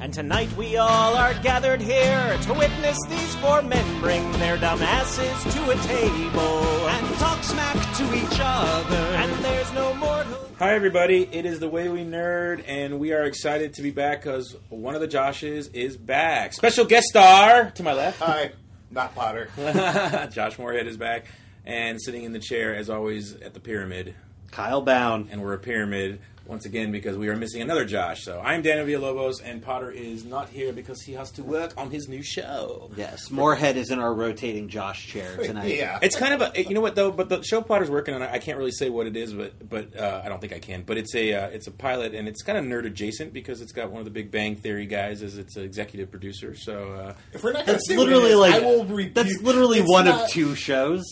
And tonight we all are gathered here to witness these four men bring their dumb asses to a table and talk smack to each other. And there's no mortal. Hi, everybody. It is The Way We Nerd, and we are excited to be back because one of the Joshes is back. Special guest star to my left, Hi, not Potter. Josh Moorhead is back, and sitting in the chair, as always, at the pyramid. Kyle Bound. And we're a pyramid once again because we are missing another Josh. So I'm Daniel Villalobos, and Potter is not here because he has to work on his new show. Yes, Moorhead is in our rotating Josh chair tonight. yeah. It's kind of a you know what though, but the show Potter's working on it. I can't really say what it is, but but uh, I don't think I can. But it's a uh, it's a pilot, and it's kind of nerd adjacent because it's got one of the Big Bang Theory guys as its executive producer. So uh, if we're not gonna That's say what it literally is, like I will rebuke. that's literally It's one not- of two shows.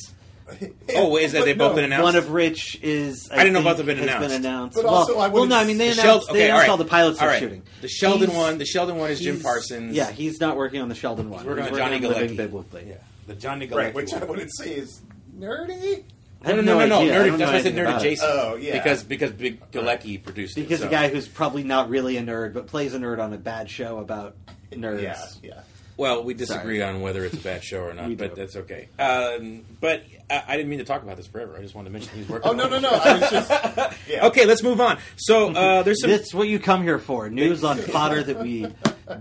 oh, wait, is that But they both no, been announced? One of which is I, I didn't know think, both have been has announced. announced. But well, also, I well, no, wouldn't- I mean they The announced, Sheld- they announced all, right. the pilots All are right. shooting. The Sheldon He's- one. The Sheldon one is Jim he's- Parsons. Yeah, he's not working on the Sheldon one. We're going He's to working Johnny on Living Galecki. Big Lebowski. Yeah, the Johnny Galecki. Right, which I one. wouldn't say is nerdy. I have no, no, no, no, idea. I nerd- That's don't know why I said anything nerd about it. adjacent. Oh, yeah. because because Big Galecki produced it. Because so. a guy who's probably not really a nerd but plays a nerd on a bad show about nerds. Yeah, yeah. Well, we disagree on whether it's a bad show or We not, but do. that's okay. Um, but I, I didn't mean to talk about this forever. I just wanted to mention he's working. Oh on no, it. no, no. I was just yeah. Okay, let's move on. So uh, there's some. That's what you come here for. News on fodder that we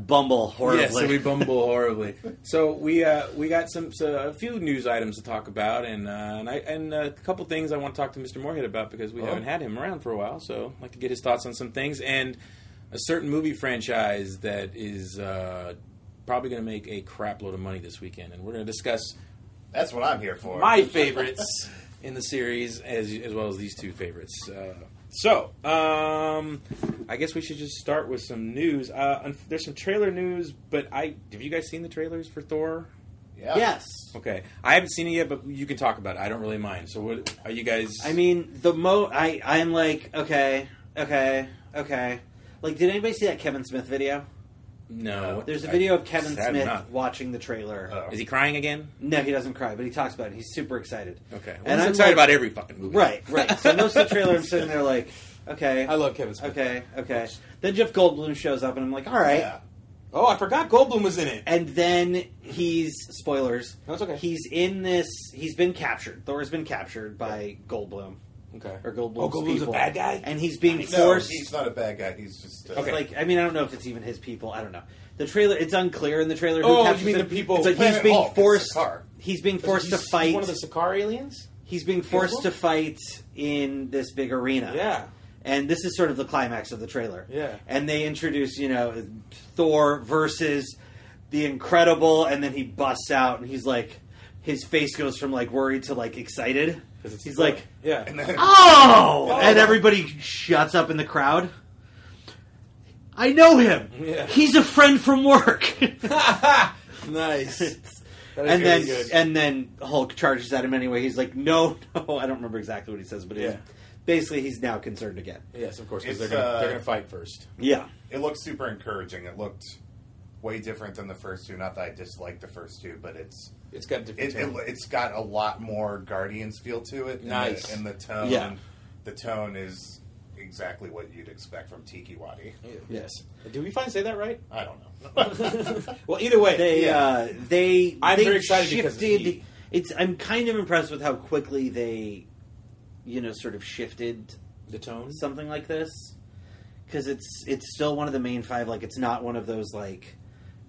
bumble horribly. Yes, so we bumble horribly. So we uh, we got some so a few news items to talk about, and uh, and, I, and a couple things I want to talk to Mr. Moorhead about because Oh. we haven't had him around for a while. So I'd like to get his thoughts on some things and a certain movie franchise that is uh, probably going to make a crap load of money this weekend, and we're going to discuss That's what I'm here for. my favorites in the series as as well as these two favorites. Uh, so, um, I guess we should just start with some news. Uh, un- there's some trailer news, but I have you guys seen the trailers for Thor? Yeah. Yes. Okay, I haven't seen it yet, but you can talk about it. I don't really mind. So, what are you guys? I mean, the mo. I I'm like, okay, okay, okay. Like, did anybody see that Kevin Smith video? no. There's a I- video of Kevin I have Smith not. Uh. watching the trailer. Oh. Is he crying again? No, he doesn't cry, but he talks about it. He's super excited. Okay, well, And he's I'm excited like- about every fucking movie. Right, right. So most of the trailer, I'm sitting there like, okay, I love Kevin Smith. okay, okay. Then Jeff Goldblum shows up, and I'm like, all right. Yeah. Oh, I forgot Goldblum was in it. And then he's spoilers. No, it's okay. He's in this. He's been captured. Thor's been captured by Goldblum Okay. or Goldblum's Oh, Goldblum's a people. bad guy? and he's being No, forced. he's not a bad guy. He's just uh, Okay. Like, I mean, I don't know if it's even his people. I don't know. The trailer, it's unclear in the trailer. Who Oh, you captures mean the him. people- It's like he's Planet being Hulk, it's forced. Sakaar. He's being forced He's- to he's fight. one of the Sakar aliens. he's being forced People? to fight in this big arena. Yeah. And this is sort of the climax of the trailer. Yeah. And they introduce, you know, Thor versus the Incredible, and then he busts out, and he's like, his face goes from like worried to like excited. He's like, yeah. And then, Oh! Oh. And everybody shuts up in the crowd. I know him. Yeah. He's a friend from work. nice. That is and really then and then Hulk charges at him anyway. He's like, "No, no, I don't remember exactly what he says, but he's, Yeah. basically he's now concerned again." yes, of course, 'cause because they're they're It's, gonna- gonna, uh, they're they're gonna gonna fight first. Yeah. it looked super encouraging. It looked way different than the first two. Not that I disliked the first two, but it's It's got a different. it, it, it's got a lot more Guardians feel to it. and the- Nice. and the, tone. Yeah. The tone is exactly what you'd expect from Tiki Wadi. yes. Did we finally say that right? I don't know. Well, either way, They Yeah. uh, they I'm they very excited because shifted. of Heat. it's I'm kind of impressed with how quickly they, you know, sort of shifted the tone. something like this because it's it's still one of the main five. Like it's not one of those like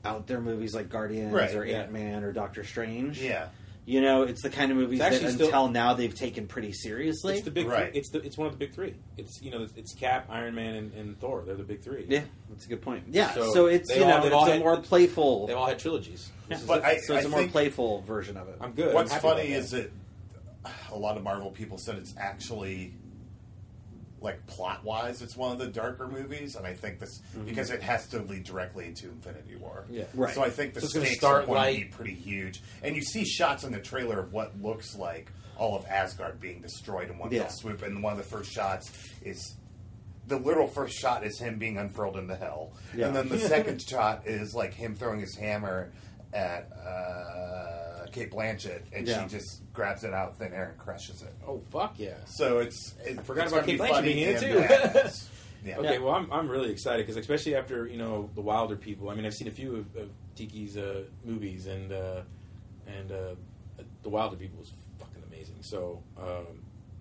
out there movies like Guardians Right, or yeah. Ant Man or Doctor Strange. yeah. you know, it's the kind of movies It's that actually until still- now they've taken pretty seriously. It's the big. Right. Three. It's the. It's one of the big three. It's you know. It's Cap, Iron Man, and, and Thor. They're the big three. yeah, that's a good point. Yeah, So so, it's they you all- know they've it's all a had- more playful. They all had trilogies. This is But it. I- so it's a more think- playful version of it. I'm good. What's I'm happy funny about is that a lot of Marvel people said it's actually like plot wise, it's one of the darker movies, and I think this because it has to lead directly into Infinity War. Mm-hmm. Yeah. Right. So I think the So it's gonna stakes start are going to be light. pretty huge, and you see shots in the trailer of what looks like all of Asgard being destroyed in one Yeah. fell swoop, and one of the first shots is. The literal first shot is him being unfurled into hell, Yeah. and then the second shot is like him throwing his hammer at uh, Kate Blanchett, and and Yeah. she just grabs it out of thin air and crushes it. Oh fuck yeah. So it's it, forgot it's about gonna Kate Blanchett funny being in it, and too. badass. Yeah. Okay, Yeah. well, I'm, I'm really excited because especially after you know the Wilder people. I mean, I've seen a few of, of Tiki's uh, movies, and uh, and uh, the Wilder people was fucking amazing. So um,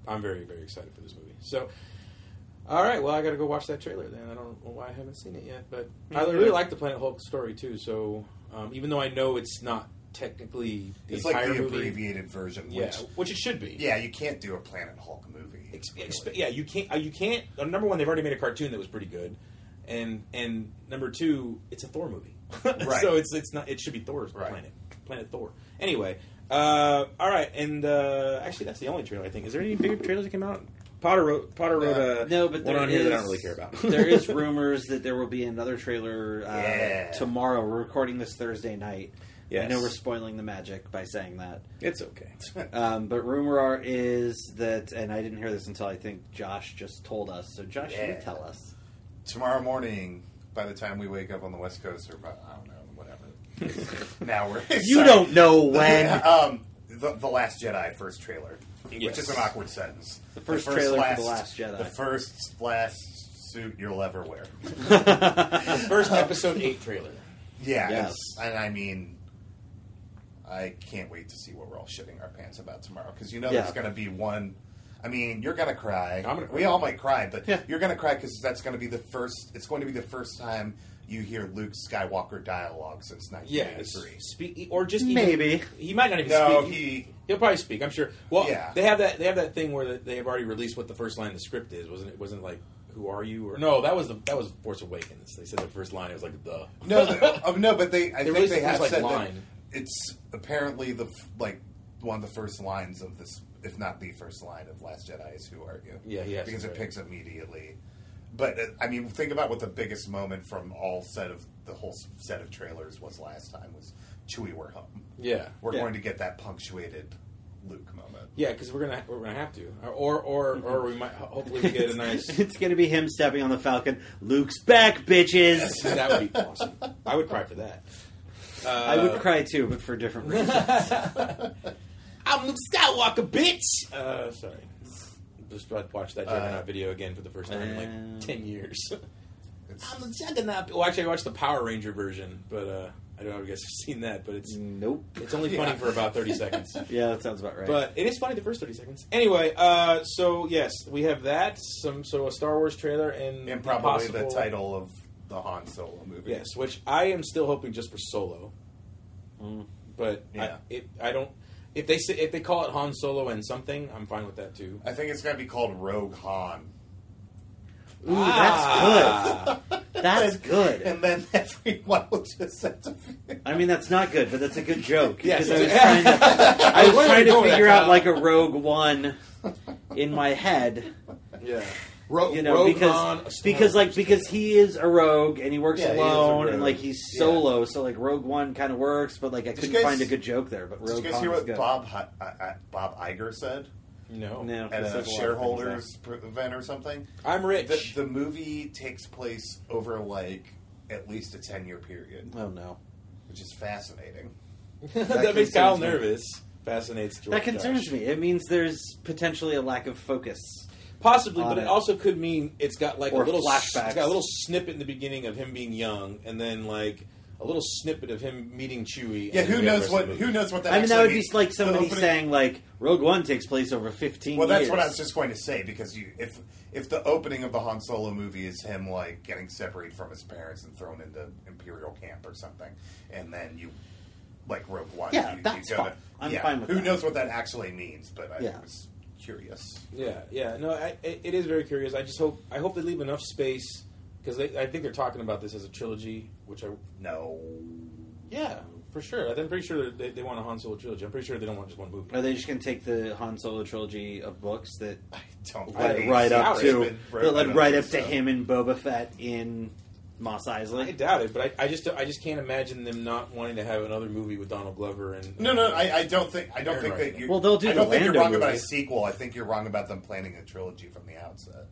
I'm very very excited for this movie. So. All right, well, I got to go watch that trailer then. I don't know why I haven't seen it yet, but I Me really neither. like the Planet Hulk story too. So, um, even though I know it's not technically the It's like entire the movie, abbreviated version, yeah, which which it should be. yeah, you can't do a Planet Hulk movie. Ex- really. ex- yeah, you can't. uh, You can't. uh, Number one, they've already made a cartoon that was pretty good, and and number two, it's a Thor movie, Right. so it's it's not. It should be Thor's Right. planet, planet Thor. Anyway, uh, all right, and uh, actually, that's the only trailer I think. Is there any bigger trailers that came out? Potter wrote. Potter wrote No. a Uh, No, but one there on here that I is- don't really care about. there is rumors that there will be another trailer uh, Yeah. tomorrow. We're recording this Thursday night. I Yes. know we're spoiling the magic by saying that. It's okay. Uh, Um, but rumor are- is that, and I didn't hear this until I think Josh just told us. So Josh, you Yeah. tell us. Tomorrow morning, by the time we wake up on the West Coast, or by, I don't know, whatever. now we're You Sorry. don't know when. um, the, the Last Jedi first trailer, Yes. which is an awkward sentence. The first trailer for The Last Jedi. The first last suit you'll ever wear. First episode eight trailer. Yeah, Yes. it's- and I mean, I can't wait to see what we're all shitting our pants about tomorrow because you know Yeah. there's going to be one. I mean, you're going to cry. I'm gonna we cry. all might cry, but Yeah. you're going to cry because that's going to be the first. It's going to be the first time you hear Luke Skywalker dialogue since Yeah, 1983. speak or just even- Maybe. he might not even No, speak. he- will probably speak. I'm sure. Well, Yeah. they have that they have that thing where the, they have already released what the first line of the script is. Wasn't it? Wasn't it like who are you? Or no, that was the that was Force Awakens. They said the first line. It was like the No, they, oh, no, but they. I think released they the have first, like, said line. that it's apparently the f- like one of the first lines of this, if not the first line of Last Jedi is "Who are you?" Yeah, he has because to it say. picks up immediately. But uh, I mean, think about what the biggest moment from all set of the whole s- set of trailers was last time was Chewie, we're home. yeah We're Yeah. going to get that punctuated Luke moment. yeah because we're gonna we're gonna have to or or or we might hopefully we get a nice. it's going to be him stepping on the Falcon. Luke's back, bitches. that would be awesome. I would cry for that. Uh, I would cry too, but for different reasons. I'm Luke Skywalker, bitch. Uh, sorry. Just about to watch that Juggernaut video again for the first time in Um, like ten years. It's, I'm the Juggernaut. Well, actually, I watched the Power Ranger version, but uh, I don't know if you guys have seen that. But it's nope. it's only funny Yeah. for about thirty seconds. Yeah, that sounds about right. But it is funny the first thirty seconds. Anyway, uh, so yes, we have that. Some so a Star Wars trailer and and probably possible- the title of the Han Solo movie. Yes, which I am still hoping just for Solo. But Yeah. I, it, I don't. If they say, if they call it Han Solo and something, I'm fine with that too. I think it's going to be called Rogue Han. Ooh, Ah. that's good. That's good. And then everyone will just have to figure I mean, that's not good, but that's a good joke. Yes. Because I was trying to, I was Where are trying we to going? figure out Uh, like a Rogue One in my head. Yeah. Ro- you know, Rogue uh, because Han, a Star because like Wars because story. he is a rogue and he works Yeah, he is a alone rogue. and like he's Yeah. solo, so like Rogue One kind of works, but like I Did couldn't you guys- find a good joke there. But Did you Rogue guys One hear is what good. Bob Hi- uh, uh, Bob Iger said no No, at he says a a lot of things shareholders pr- event or something? I'm rich. The, the movie takes place over like at least a ten year period, there. Oh no, which is fascinating. that, that makes Kyle concerns me. nervous. Fascinates. George that concerns Josh. me. It means there's potentially a lack of focus. Possibly, on but it it. also could mean it's got like Or a little flashbacks. It's got a little snippet in the beginning of him being young, and then like a little snippet of him meeting Chewie. Yeah, and who then the knows rest what? of the Who movie. knows what that? I mean, that would actually be means. like The somebody opening- saying like Rogue One takes place over 15 Well, that's years. what I was just going to say because you, if if the opening of the Han Solo movie is him like getting separated from his parents and thrown into Imperial camp or something, and then you like Rogue One, Yeah, you, you that's go to- fine. I'm fine with Who that. knows what that actually means? But I Yeah. was curious. Yeah, yeah. No, I, it it is very curious. I just hope I hope they leave enough space because I think they're talking about this as a trilogy, which I No, yeah for sure. I'm pretty sure they, they want a Han Solo trilogy. I'm pretty sure they don't want just one movie. Are they just going to take the Han Solo trilogy of books that I don't. Led think right so. doubt up it. to It's been- that I led don't right think up to so. him and Boba Fett in Moss I Eisley? doubt it, but I, I just I just can't imagine them not wanting to have another movie with Donald Glover and uh, No, no, I, I don't think I don't Aaron think that Rodgers. you. Well, they'll do I don't the think you're Lando wrong about a movie. sequel. I think you're wrong about them planning a trilogy from the outset.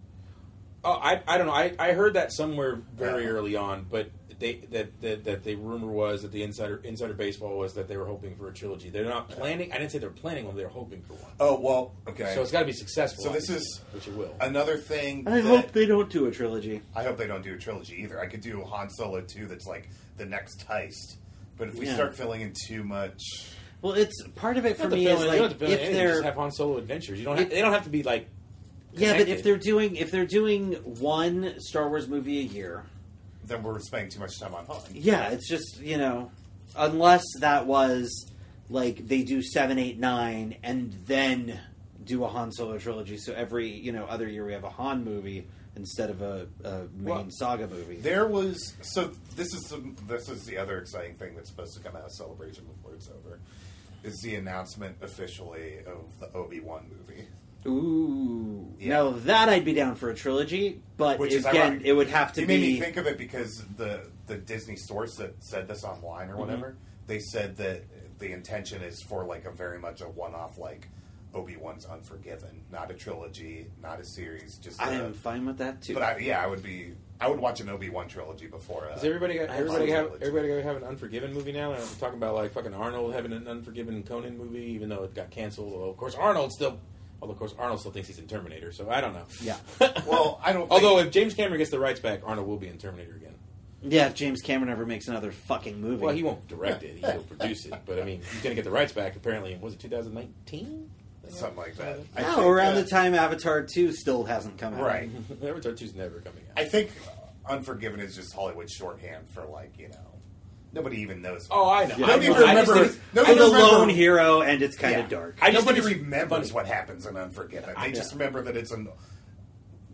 Oh, I, I don't know. I, I heard that somewhere very Yeah. early on, but they that, that that the rumor was that the insider insider baseball was that they were hoping for a trilogy. They're not planning. I didn't say they're planning one. They're hoping for one. Oh well, okay. So it's got to be successful. So this obviously, is- which it will. another thing. I that- hope they don't do a trilogy. I hope they don't do a trilogy either. I could do Han Solo two. That's like the next heist. But if we Yeah. start filling in too much, Well, it's part of it You for don't have to me fill is in- you don't like have to fill in if anything, you they're just have Han Solo adventures. You don't. Have, If- they don't have to be like. yeah, but connected. if they're doing if they're doing one Star Wars movie a year, then we're spending too much time on Han. yeah, it's just you know, unless that was like they do seven, eight, nine, and then do a Han Solo trilogy. So every you know other year we have a Han movie instead of a, a main Well, saga movie. There was so this is some, this is the other exciting thing that's supposed to come out of Celebration before it's over, is the announcement officially of the Obi wan movie. Ooh, Yeah. now that I'd be down for a trilogy, but Which is again, ironic. it would have to It be made me think of it because the the Disney source that said this online Mm-hmm. or whatever, they said that the intention is for like a very much a one off like Obi Wan's Unforgiven, not a trilogy, not a series, just. I a- am fine with that too. but I, yeah, I would be. I would watch an Obi Wan trilogy before. Uh, Does everybody got, I everybody like have trilogy. everybody got to have an Unforgiven movie now? And I'm talking about like fucking Arnold having an Unforgiven Conan movie, even though it got canceled. Although of course Arnold still, although of course Arnold still thinks he's in Terminator. So I don't know. Yeah. Well, I don't. Although think, if James Cameron gets the rights back, Arnold will be in Terminator again. yeah, if James Cameron ever makes another fucking movie, Well, he won't direct it; he'll produce it. But I mean, he's going to get the rights back. Apparently, was it 2019? Something like that. I No, think, around uh, the time Avatar 2 still hasn't come out. right? Avatar 2's never coming out. I think Unforgiven is just Hollywood shorthand for like you know nobody even knows. oh, I know. Yeah. I Nobody just- I just remembers- think it's- No, No, he I'm the doesn't lone remember- hero, and it's kind Yeah. of dark. I just nobody think it's remembers funny. what happens in Unforgiven. They just remember that it's in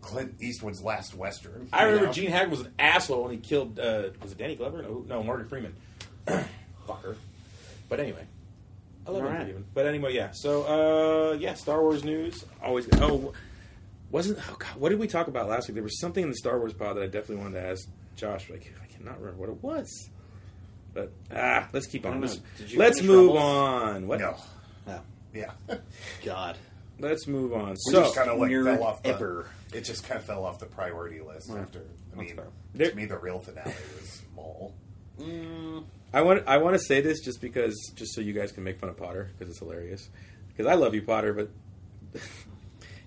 Clint Eastwood's last western. I you remember know? Gene Hackman was an asshole and he killed uh, was it Danny Glover? No, no, Margaret Freeman. Fucker. But anyway, I love All right. Unforgiven. But anyway, yeah. So uh, yeah, Star Wars news always. Oh, wasn't oh god, what did we talk about last week? There was something in the Star Wars pod that I definitely wanted to ask Josh. Like I cannot remember what it was. But ah, let's keep I on. don't know. Let's, Did you let's finish move Rebels? on. What? No, Oh, yeah, God. Let's move on. We're so just kind of like nerd fell off the. ever. It just kind of fell off the priority list after. I mean, fair. There- to me, the real finale was Maul. I want I want to say this just because just so you guys can make fun of Potter because it's hilarious because I love you Potter but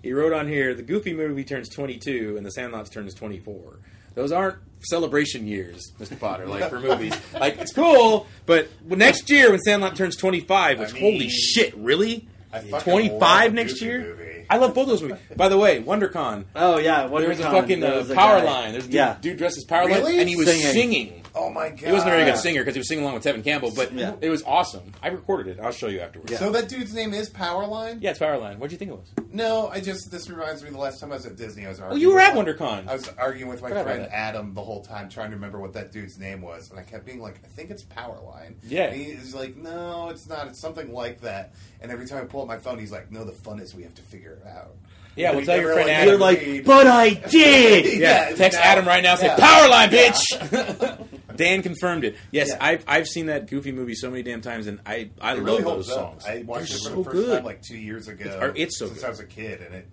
he wrote on here the Goofy movie turns 22 and the Sandlot turns 24. Those aren't celebration years, Mr. Potter, like for movies. Like it's cool, but next year when Sandlot turns 25, which I holy mean, shit, really? I fucking love 25 the next Goofy year? movie. I love both those movies. By the way, WonderCon Oh, yeah. there was a fucking uh, power line. There's a dude, yeah. dude dressed as power line, Really? and he was Singing. singing. Oh my god! He wasn't a very good Yeah. singer because he was singing along with Tevin Campbell, but Yeah. it was awesome. I recorded it. I'll show you afterwards. Yeah, So that dude's name is Powerline. it's Powerline. What'd you think it was? No, I just this reminds me of the last time I was at Disney, I was arguing. Well, you were with at my- WonderCon. I was arguing with my Forgot about friend that. Adam the whole time, trying to remember what that dude's name was, and I kept being like, "I think it's Powerline." Yeah. and he's like, "No, it's not. It's something like that." And every time I pull up my phone, he's like, "No, the fun is we have to figure it out." Yeah, And we'll we tell your never, friend like, Adam. You're agreed. like, but I did! Yeah, Yeah, text now- Adam right now. Say yeah. Powerline, bitch. Dan confirmed it. Yes, Yeah. I've I've seen that Goofy movie so many damn times, and I I It love really those holds up. songs. I watched They're it so for the first good. time like two years ago. It's- or it's so since good. I was a kid, and it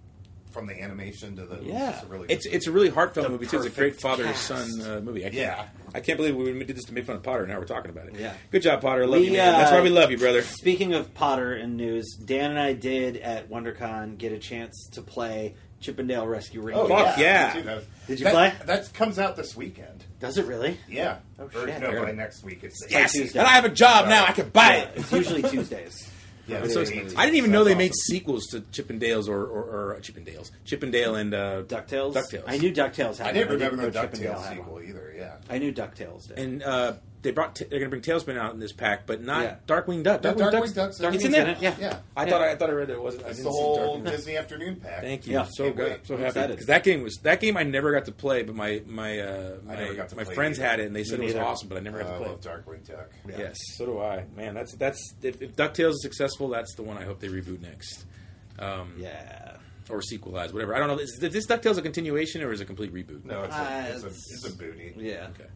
from the animation to the yeah, it's a really it's good it's a really heartfelt The movie too. It's a great perfect father cast. son uh, movie. I can't, Yeah. I can't believe we did this to make fun of Potter. and Now we're talking about it. Yeah. good job, Potter. I Love We, you, man. That's uh, why we love you, brother. Speaking of Potter and news, Dan and I did at WonderCon get a chance to play Chippendale Rescue Rangers. fuck Oh, yeah. me too. Oh, That was- Did you that, play? That comes out this weekend. Does it really? Yeah. Oh, or, shit. No, by next week. It's Yes, Tuesday. and I have a job now. I can buy Yeah, it. it's usually Tuesdays. Yeah, It's so it's expensive. 18th. I didn't even know they That's made awesome. sequels to Chippendales or, or, or Chippendales, Chippendale and uh, DuckTales? DuckTales. I knew DuckTales had I one. didn't remember the know Chippendale DuckTales had one. sequel either. Yeah. I knew DuckTales did. And uh, they brought t- they're going to bring Tailspin out in this pack, but not Yeah. Darkwing Duck. No, Darkwing, Darkwing Duck's- Duck's it's Darkwing's in there. in it, yeah. Yeah. I thought I, I thought I read that it wasn't. I It's didn't the see whole Darkwing Duck. Disney afternoon pack. Thank you. Yeah. So Can't good. wait. So I'm happy excited. because that game was that game I never got to play, but my my uh, never my, got to my play friends either. Oh, had it and they said it was neither. awesome, but I never Uh, I got to play. love it. Darkwing Duck. Yeah. Yes, so do I. Man, that's that's if, if Ducktales is successful, that's the one I hope they reboot next. Um, yeah. or sequelize, whatever. I don't know. Is, is this DuckTales a continuation or is it a complete reboot? No, it's Uh, a, it's, a, it's- it's a booty. Yeah. Okay.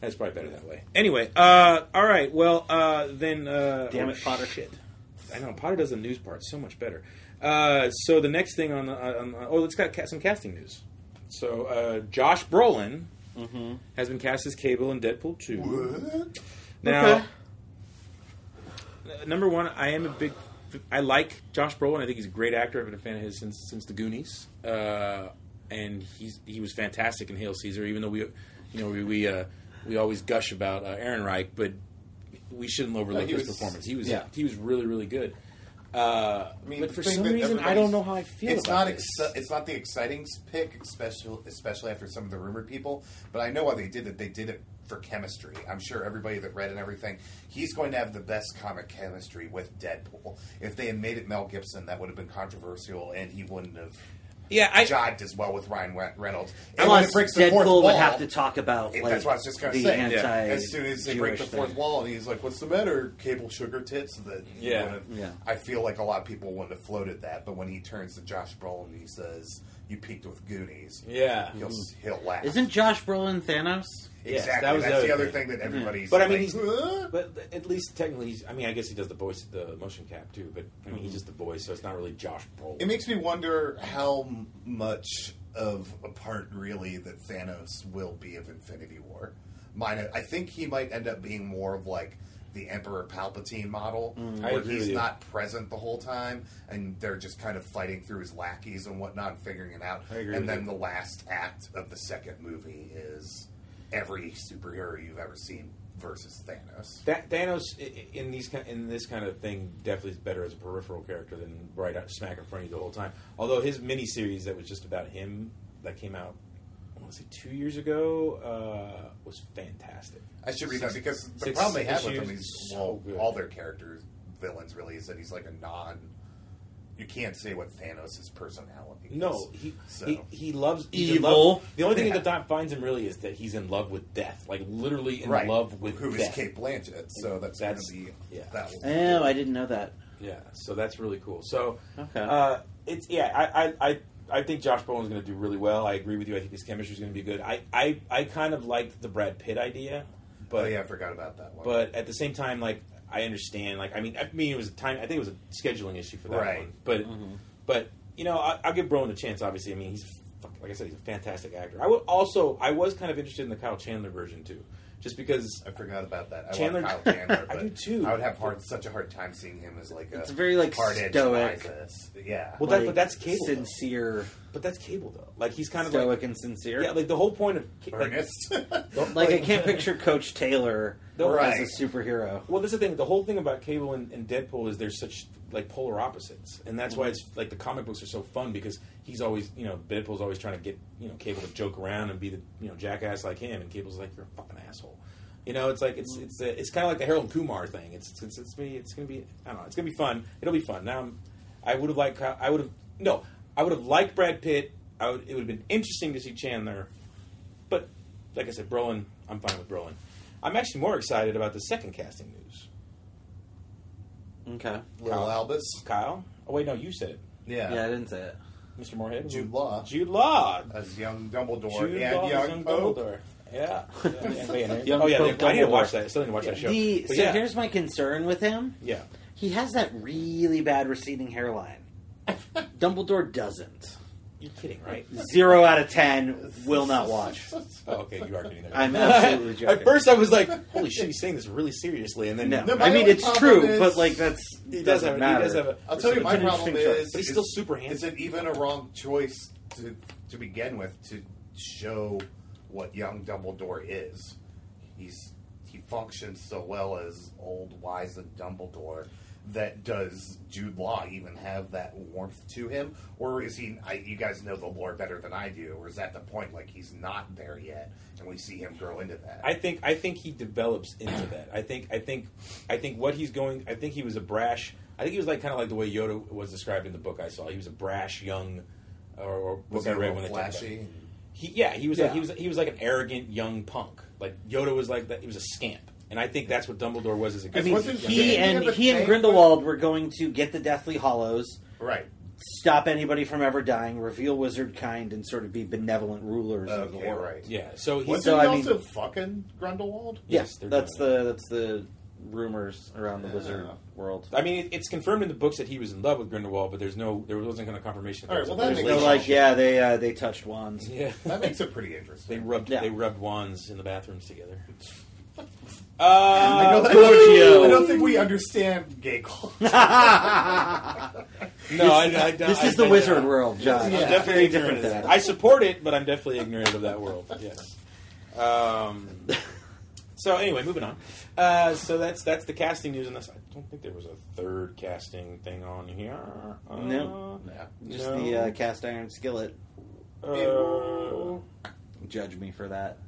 That's probably better that way. Anyway, uh, all right. Well, uh, then. Uh, Damn oh, it, Potter. Shit. I know Potter does the news part so much better. Uh, so the next thing on the on, on, oh, it's got ca- some casting news. So uh, Josh Brolin Mm-hmm. has been cast as Cable in Deadpool 2. What? Now, Okay. uh, number one, I am a big. I like Josh Brolin. I think he's a great actor. I've been a fan of his since since The Goonies, uh, and he's he was fantastic in Hail Caesar. Even though we, you know, we we, uh, we always gush about uh, Aaron Reich, but we shouldn't overlook No, he his was- performance. He was yeah. he was really really good. Uh, I mean, but for the thing some that reason, I everybody's- don't know how I feel. It's about not this. exci- it's not the exciting s- pick, especially especially after some of the rumored people. But I know why they did it. They did it for chemistry. I'm sure everybody that read and everything. He's going to have the best comic chemistry with Deadpool. If they had made it Mel Gibson, that would have been controversial, and he wouldn't have yeah, I, jived as well with Ryan Re- Reynolds. And when Unless it breaks the fourth Deadpool would wall- have to talk about Yeah, like that's what I was just going to the say. anti as soon as they break the fourth wall, and he's like, "What's the matter, cable sugar tits?" That you Yeah. wouldn't- Yeah. I feel like a lot of people wouldn't have floated that, but when he turns to Josh Brolin, and he says, "You peaked with Goonies." yeah. he'll he'll laugh. Isn't Josh Brolin Thanos? exactly? Yes, that was That's the the other other thing that everybody's. But I mean, like, he's- "Huh?" But th- at least technically, he's, I mean, I guess he does the voice, the motion cap too. But I mean, he's just the voice, so it's not really Josh Brolin. it makes me wonder how m- much of a part really that Thanos will be of Infinity War. Mine, I think he might end up being more of like the Emperor Palpatine model, Mm, I where agree with he's you. not present the whole time, and they're just kind of fighting through his lackeys and whatnot, and figuring it out. I agree with and then you. the last act of the second movie is every superhero you've ever seen versus Thanos. that Thanos i- i- in these ki- in this kind of thing definitely is better as a peripheral character than right out smack in front of you the whole time. Although his miniseries that was just about him that came out, I want to say two years ago, uh, was fantastic. I should read that because the six problem they have with issues, him is so well, good. all their characters, villains, really, is that he's like a non. You can't say what Thanos' personality. No, is. he So- he, he loves he's in Evil. love- the only thing Yeah. that Dot finds him really is that he's in love with death, like literally in right. love with who is death. Kate Blanchett? So that's, That's- gonna be yeah. that will be Oh, I didn't know that. Yeah, so that's really cool. So, Okay. uh, it's yeah, I, I, I, I think Josh Brolin's going to do really well. I agree with you. I think his chemistry is going to be good. I, I, I kind of liked the Brad Pitt idea, Oh but yeah, I forgot about that one. but at the same time, like I understand. Like I mean, I mean, it was a time. I think it was a scheduling issue for that Right. one. But Mm-hmm. but you know, I, I'll give Brolin a chance. Obviously, I mean, he's fuck- like I said, he's a fantastic actor. I would also, I was kind of interested in the Kyle Chandler version too, just because I forgot about that. I Chandler- love Kyle Chandler. I but do too. I would have hard, such a hard time seeing him as like a It's very, like, hard-edged stoic. Isis. Yeah. Well, that- but that's Cable, though. Sincere, but that's Cable though. Like he's kind of stoic like and sincere. yeah, like the whole point of like, Ernest. Like, I can't picture Coach Taylor Right. as a superhero. Well, this is the thing. The whole thing about Cable and, and Deadpool is they're such like polar opposites, and that's why it's like the comic books are so fun because he's always you know Deadpool's always trying to get you know Cable to joke around and be the you know jackass like him, and Cable's like you're a fucking asshole. You know, it's like it's it's a, it's kind of like the Harold and Kumar thing. It's it's it's, it's, me- it's gonna be I don't know. It's gonna be fun. It'll be fun. Now I'm, I would have liked Kyle- I would have no I would have liked Brad Pitt. I would, it would have been interesting to see Chandler, but like I said, Brolin, I'm fine with Brolin. I'm actually more excited about the second casting news. Okay. Little Albus. Kyle? Oh wait, no, you said it. Yeah. Yeah, I didn't say it. Mr. Moorhead? Jude Law Jude Law. as young Dumbledore Jude and Law is young in Pope. Dumbledore. Yeah. Yeah, yeah, yeah. Young oh yeah, Pope they- I need to Dumbledore. watch that. I still need to watch that show. The, so But yeah. here's my concern with him. yeah. He has that really bad receding hairline. Dumbledore doesn't. You're kidding, right? Zero out of ten. Will not watch. Oh, okay, you are kidding. there. I'm absolutely joking. At first, I was like, "Holy shit, he's saying this really seriously," and then No, No, my I mean only it's problem true, is- but like that's he does doesn't have. matter. He does have a. I'll tell you, my it's an problem interesting choice. is, but he's still is- super handsome. Is it even a wrong choice to to begin with to show what young Dumbledore is? He's he functions so well as old wise and Dumbledore that does Jude Law even have that warmth to him, or is he? I, you guys know the lore better than I do, or is that the point? Like he's not there yet, and we see him grow into that. I think I think he develops into that. I think I think I think what he's going. I think he was a brash. I think he was like kind of like the way Yoda was described in the book I saw. He was a brash young, or, or book was I he read real when they talked about. flashy? He yeah he was Like, Yeah. he was he was like an arrogant young punk. Like Yoda was like that. He was a scamp, and I think that's what Dumbledore was as a kid. I mean, Wasn't- he didn't and he have a he and thing Grindelwald were going to get the Deathly Hollows, Right. stop anybody from ever dying, reveal wizard kind, and sort of be benevolent rulers of the Okay. world. Right. yeah. So he's Wasn't So, he I mean- also fucking Grundelwald? Yes, Yes, they're that's doing the that's the rumors around the wizard Yeah. world. I mean, it, it's confirmed in the books that he was in love with Grindelwald, but there's no, there wasn't kind of confirmation. that All there was right, well, a that They're makes- like, yeah, they uh, they touched wands. relationship. yeah. That makes it pretty They interesting. rubbed Yeah. they rubbed wands in the bathrooms together. Uh, I, know that- Gorgio. I don't think we understand gay culture. no, I, I, I, This I- is the I- wizard world, John. I'm Yeah. definitely Very different ignorant of than that. that. I support it, but I'm definitely ignorant of that world. Yes. Um, so anyway, moving on. Uh, so that's that's the casting news, unless I don't think there was a third casting thing on here. Uh, No. Yeah. Just no. the uh, cast iron skillet. Uh, Judge me for that.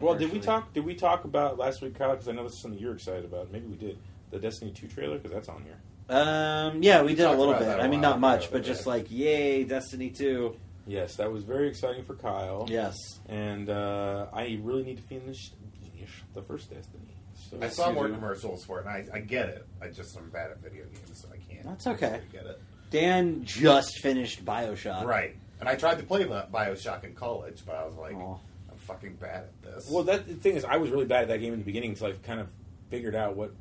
well, did we Partially. talk? Did we talk about last week, Kyle? Because I know this is something you're excited about. Maybe we did the Destiny Two trailer because that's on here. Um, yeah, we, We did a talked little about bit. that a I mean, while not much, ago, but yeah. just like, yay, Destiny two. Yes, that was very exciting for Kyle. Yes. And uh, I really need to finish finish the first Destiny. So I saw more Susan- commercials for it, and I, I get it. I just am bad at video games, so I can't. That's okay. Uh, really Get it Dan just finished Bioshock. right. And I tried to play Bi- Bioshock in college, but I was like, Aw. I'm fucking bad at this. Well, that the thing is, I was really bad at that game in the beginning until I kind of figured out what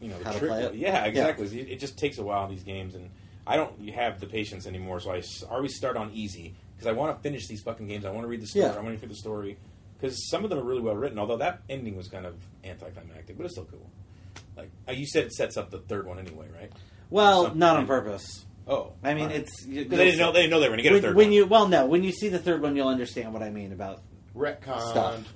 you know the How to trick. play it? Yeah, exactly. It, it just takes a while in these games, and I don't have the patience anymore. So I s- I always start on easy because I want to finish these fucking games. I want to read the story. Yeah. I want to hear the story because some of them are really well written. Although that ending was kind of anticlimactic, but it's still cool. Like uh, you said, it sets up the third one anyway, right? Well, Something. not on purpose. Oh, I mean, all right. it's you, 'Cause they didn't know they didn't know they were going to get when, a third when one. you well no when you see the third one you'll understand what I mean about retcon stuff.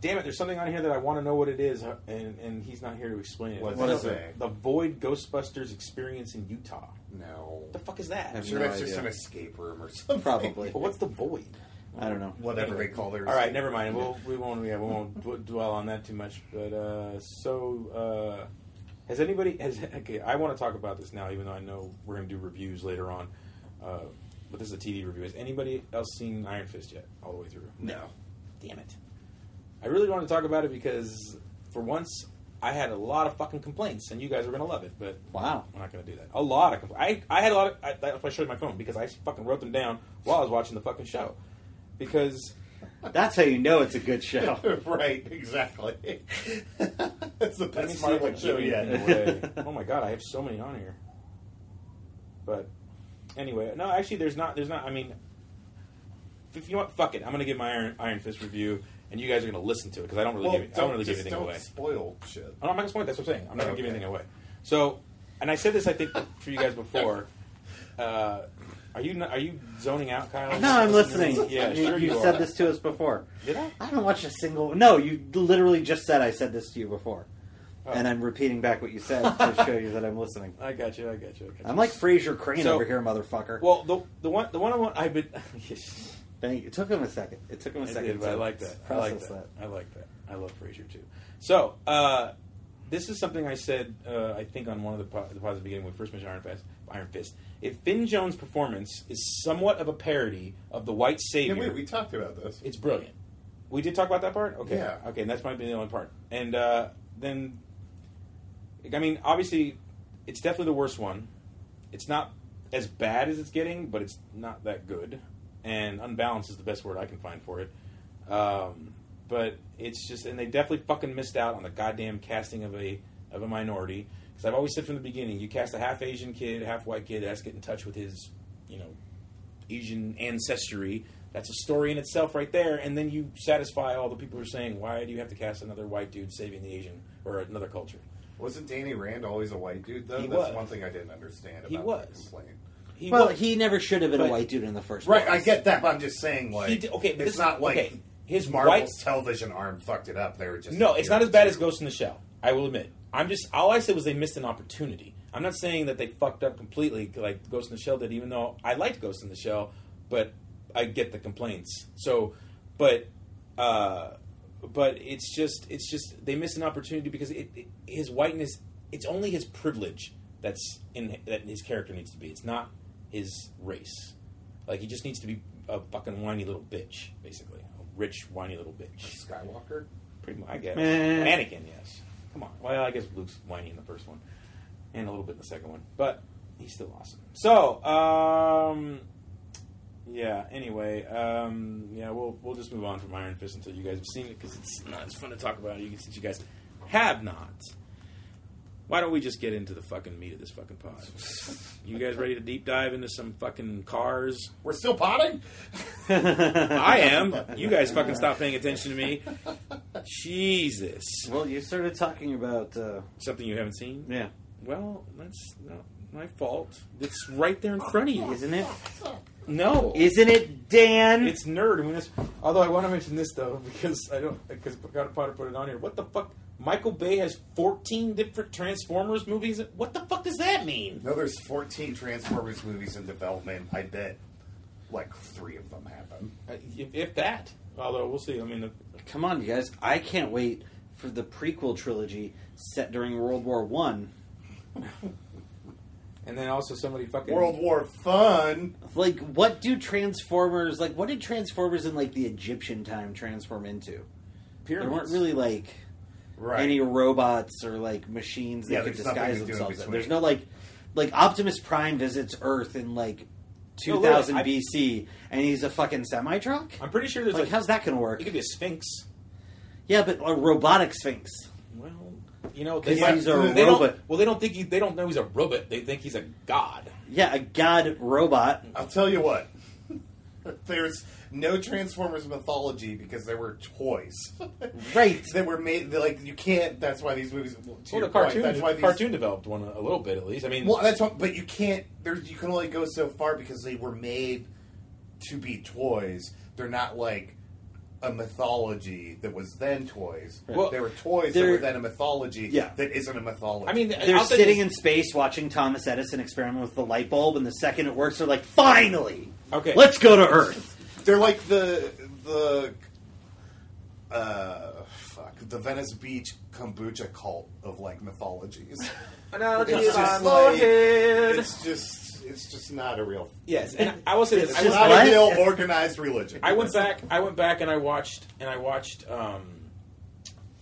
Damn it! There's something on here that I want to know what it is, uh, and, and he's not here to explain it. What What does is it it? say? The Void Ghostbusters Experience in Utah. No. What the fuck is that? I I'm have sure no that's just idea. an escape room or something. Probably. But what's the Void? I don't know. Whatever they call their. All right, never mind. We'll, we won't. Yeah, we won't d- dwell on that too much. But uh, so, uh, has anybody? Has okay? I want to talk about this now, even though I know we're going to do reviews later on. Uh, but this is a TV review. Has anybody else seen Iron Fist yet, all the way through? No. Damn it. I really want to talk about it because, for once, I had a lot of fucking complaints, and you guys were going to love it, but Wow. I'm not going to do that. A lot of complaints. I, I had a lot of. I, that's why I showed you my phone, because I fucking wrote them down while I was watching the fucking show. Because That's how you know it's a good show. right, exactly. That's the let me see best if I Marvel give show yet. anything away. oh my god, I have so many on here. But anyway, no, actually, there's not. There's not. I mean, if you want, fuck it. I'm going to give my Iron, Iron Fist review, and you guys are going to listen to it because I don't really Well, give. it- I don't really give just anything don't away. spoil shit. I'm not going to spoil. it, That's what I'm saying. I'm not going to give Okay. anything away. So, and I said this, I think, for you guys before. Uh, are you not, are you zoning out, Kyle? No, I'm listening. Yeah, you, sure you you, are. said this to us before. Did I? I don't watch a single. No, you literally just said I said this to you before, Oh. and I'm repeating back what you said to show you that I'm listening. I got you. I got you. I got you. I'm like Fraser Crane So- over here, motherfucker. Well, the the one the one I want I've been. Yes. Thank you. It took him a second. It took him a I second. did, but I to like that. I like process that. I like that. I love Frasier too. So uh, this is something I said uh, I think on one of the, po- the positive beginning when we first mentioned Iron Fist. Iron Fist. If Finn Jones' performance is somewhat of a parody of the White Yeah, Savior, wait, we talked about this. it's brilliant. We did talk about that part. Okay. Yeah. Okay, and that's might be the only part. And uh, then, I mean, obviously, it's definitely the worst one. It's not as bad as it's getting, but it's not that good. And unbalanced is the best word I can find for it. Um, but it's just, and they definitely fucking missed out on the goddamn casting of a of a minority. Because I've always said from the beginning, you cast a half Asian kid, half white kid, that's get in touch with his, you know, Asian ancestry. That's a story in itself, right there. And then you satisfy all the people who are saying, "Why do you have to cast another white dude saving the Asian or another culture?" Wasn't Danny Rand always a white dude though? He That's was. one thing I didn't understand about He that was. complaint. He well, wa- he never should have been but- a white dude in the first Right, I place. get that, but I'm just saying like He did- okay, but it's this- not like okay, his Marvel's white- television arm fucked it up. They were just no, it's not as bad as Ghost. Ghost in the Shell. I will admit. I'm just all I said was they missed an opportunity. I'm not saying that they fucked up completely like Ghost in the Shell did, even though I liked Ghost in the Shell, but I get the complaints. So, but, uh, but it's just it's just they missed an opportunity because it, it his whiteness. It's only his privilege that's in that his character needs to be. It's not his race. Like he just needs to be a fucking whiny little bitch, basically, a rich whiny little bitch. Skywalker. Pretty much, I guess. Eh. Anakin, yes. Come on. Well, I guess Luke's whiny in the first one, and a little bit in the second one, but he's still awesome. So, um, yeah. Anyway, um, yeah, we'll we'll just move on from Iron Fist until you guys have seen it because it's not as fun to talk about. You can since you guys have nots. Why don't we just get into the fucking meat of this fucking pod? You guys ready to deep dive into some fucking cars? We're still potting? I am. You guys fucking stop paying attention to me. Jesus. Well, you started talking about uh, Something you haven't seen? yeah, Well, that's not my fault. It's right there in front of you. isn't it? No. Isn't it, Dan? It's nerd. When it's, although I want to mention this though because I don't because Potter Potter put it on here. What the fuck? Michael Bay has 14 different Transformers movies. What the fuck does that mean? No, there's 14 Transformers movies in development. I bet like three of them happen. Uh, If, if that, Although we'll see. I mean, the, Come on, you guys! I can't wait for the prequel trilogy set during World War One. and then also somebody fucking World War Fun. Like, what do Transformers? Like, what did Transformers in like the Egyptian time transform into? There weren't pyramids. really like Right. any robots or like machines that Yeah, could there's nothing disguise to do in themselves. in. between. There's no like, like Optimus Prime visits Earth in like No, 2000 literally, I- BC, and he's a fucking semi truck. I'm pretty sure there's Like, like, how's that gonna work? it could be a sphinx. Yeah, but a robotic Sphinx. Well, you know, Because they, might- he's a they robot. Don't, well, they don't think he, they don't know he's a robot. They think he's a god. Yeah, a god robot. I'll tell you what. There's no Transformers mythology because there were toys Right. that were made. they're Like you can't. That's why these movies. to Well, your the point, cartoon That's why these. cartoon developed one a little bit at least. I mean, Well, that's what. But you can't. There's you can only go so far because they were made to be toys. They're not like a mythology that was then toys. Well, they were toys that were they're- then a mythology Yeah. that isn't a mythology. I mean, They're I'll say sitting this- in space watching Thomas Edison experiment with the light bulb, and the second it works, they're like, "Finally, Okay. let's go to Earth." They're like the the uh fuck the Venice Beach kombucha cult of like mythologies. it's just like, it's just it's just not a real yes, and I will say this. it's I just was, not what? a real organized religion. I went back. I went back and I watched and I watched um,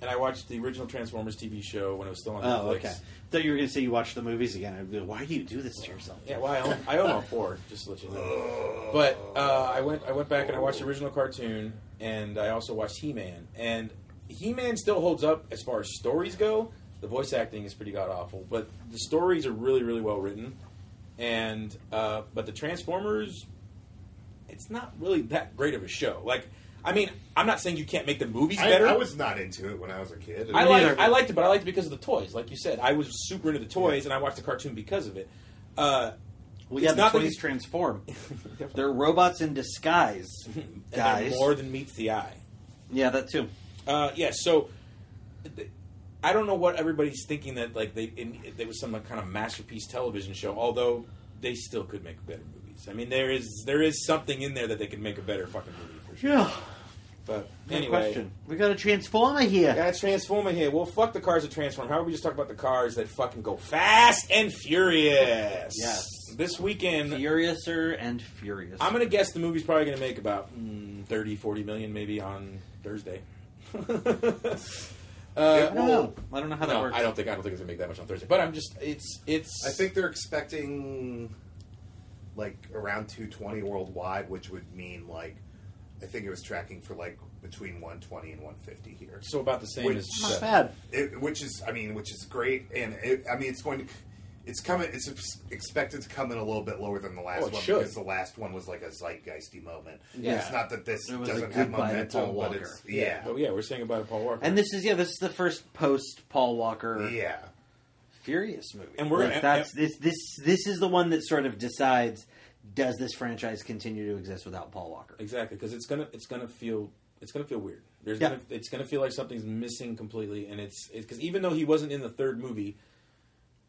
and I watched the original Transformers TV show when it was still on Netflix. Oh, okay. Thought you were going to say you watched the movies again. I'd be like, "Why do you do this to yourself?" Yeah, well, I own, I own all four, just to let you know. But uh, I went I went back and I watched the original cartoon, and I also watched He Man, and He Man still holds up as far as stories go. The voice acting is pretty god awful, but the stories are really really well written, and uh, but the Transformers, it's not really that great of a show. Like, I mean, I'm not saying you can't make the movies I, better. I was not into it when I was a kid. I Me liked, neither. I liked it, but I liked it because of the toys. Like you said, I was super into the toys, and I watched the cartoon because of it. Uh, Well, It's yeah, the not that toys you- transform. They're robots in disguise, and guys. they're more than meets the eye. Yeah, that too. Uh, yeah, so th- I don't know what everybody's thinking that like they in, there was some like, kind of masterpiece television show. Although they still could make better movies. I mean, there is there is something in there that they could make a better fucking movie for sure. Yeah. But No anyway, question. We got a transformer here. got a transformer here. Well, fuck the cars that transform. How about we just talk about the cars that fucking go fast and furious? Yes. This weekend, Furiouser and furious. I'm gonna guess the movie's probably gonna make about mm, 30, 40 million maybe on Thursday. I don't know. I don't know how that No, works. I don't think I don't think it's gonna make that much on Thursday. But I'm just it's it's I think they're expecting like around 220 worldwide, which would mean like I think it was tracking for like between 120 and 150 here. so about the same Wait, as Not bad. it, which is I mean, which is great, and it, I mean it's going to. It's coming. It's ex- expected to come in a little bit lower than the last Oh, one it should. because the last one was like a zeitgeisty moment. Yeah. It's not that this It was a doesn't have goodbye to momentum, Paul but Walker. it's yeah, Oh yeah, we're saying about it, Paul Walker. And this is yeah, this is the first post Paul Walker yeah. Furious movie. And we're- Like, and- that's and- this this this is the one that sort of decides does this franchise continue to exist without Paul Walker? exactly because it's gonna it's gonna feel it's gonna feel weird. There's Yeah. gonna, it's gonna feel like something's missing completely, and it's because even though he wasn't in the third movie,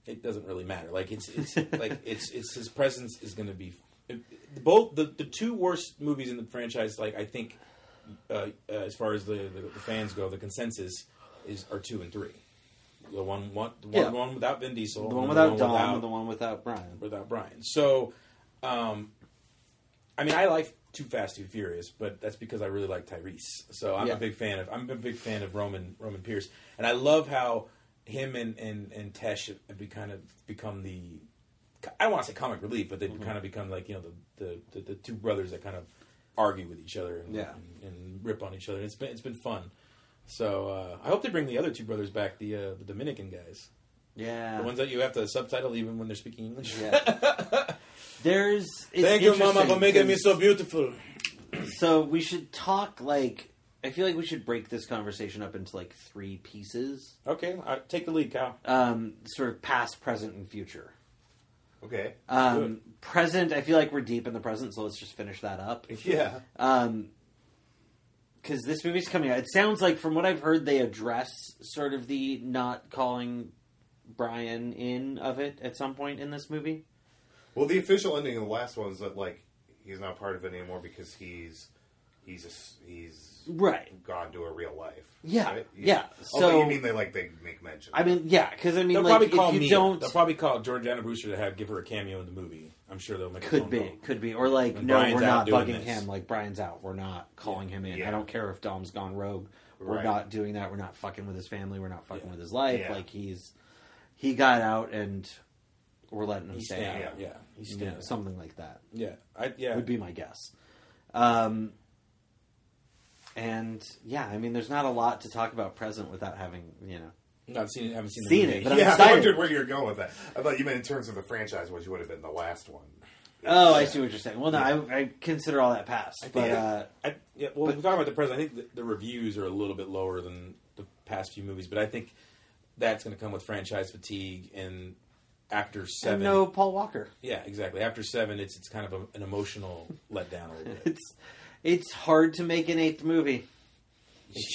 it doesn't really matter. Like it's, it's like it's it's his presence is gonna be it- both the the two worst movies in the franchise. Like I think uh, uh, as far as the, the, the fans go, the consensus is are two and three. The one one the one, Yeah. one without Vin Diesel, The and one without one Dom, without- and the one without Brian. without Brian. So, um, I mean, I like Too Fast Too Furious, but that's because I really like Tyrese. So I'm Yeah. a big fan of I'm a big fan of Roman Roman Pierce, and I love how him and and and Tesh have be kind of become the I don't want to say comic relief, but they've Mm-hmm. kind of become like you know the the, the the two brothers that kind of argue with each other and, Yeah. and, and rip on each other. And it's been it's been fun. So uh, I hope they bring the other two brothers back, the uh, the Dominican guys, Yeah. the ones that you have to subtitle even when they're speaking English. Yeah. There's. It's Thank you, Mama, interesting for making me 'cause- so beautiful. So we should talk like. I feel like we should break this conversation up into like three pieces, Okay, I, take the lead, Kyle. um, sort of past, present, and future. Okay. Um, present, I feel like we're deep in the present, so let's just finish that up. Yeah. Um, because this movie's coming out. It sounds like, from what I've heard, they address sort of the not calling Brian in of it at some point in this movie. Well, the official ending of the last one is that like he's not part of it anymore because he's he's a s he's Right. gone to a real life. Yeah, Right? yeah, Although so- you mean they like they make mention. I mean, yeah, because I mean, They'll like, probably if call you me. don't, They'll probably call Georgiana Brewster to have give her a cameo in the movie. I'm sure they'll make a could phone be, call. could be, or like, When no, Brian's we're out not doing bugging this. him. Like, Brian's out. We're not calling him in. Yeah. I don't care if Dom's gone rogue. We're Right. not doing that. We're not fucking with his family. We're not fucking with his life. Yeah. Like he's he got out, and we're letting him He's stay. staying out. out. Yeah, he's You staying. know, out. something like that. Yeah, I, yeah. would be my guess. Um, and yeah, I mean, there's not a lot to talk about present without having you know. Not seen it. Haven't seen, Seen the movie. it, but I'm yeah, I excited. wondered where you were going with that. I thought you meant in terms of the franchise, which would have been the last one. Oh, I see what you're saying. Well, no, I, I consider all that past, I but think- uh, I, yeah, well, we're talking about the present. I think the, the reviews are a little bit lower than the past few movies, but I think that's going to come with franchise fatigue. And after and seven, no Paul Walker. yeah, exactly. After seven, it's it's kind of a, an emotional letdown a little bit. It's it's hard to make an eighth movie.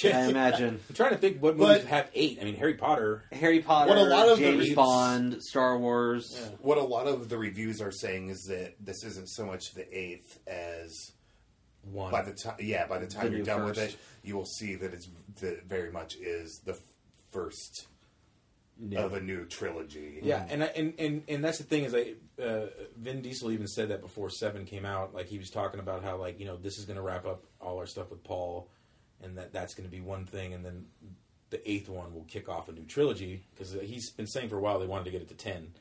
I imagine I'm trying to think what But- movies have eight. I mean, Harry Potter. Harry Potter, What a lot of the James reads- Bond, Star Wars. Yeah. What a lot of the reviews are saying is that this isn't so much the eighth as One. by the time yeah by the time The you're new done with first. it, you will see that it's that very much is the f- first of a new trilogy. Yeah, and I, and and and that's the thing is I uh, Vin Diesel even said that before Seven came out, like he was talking about how like you know this is going to wrap up all our stuff with Paul, and that that's going to be one thing, and then the eighth one will kick off a new trilogy because he's been saying for a while they wanted to get it to ten.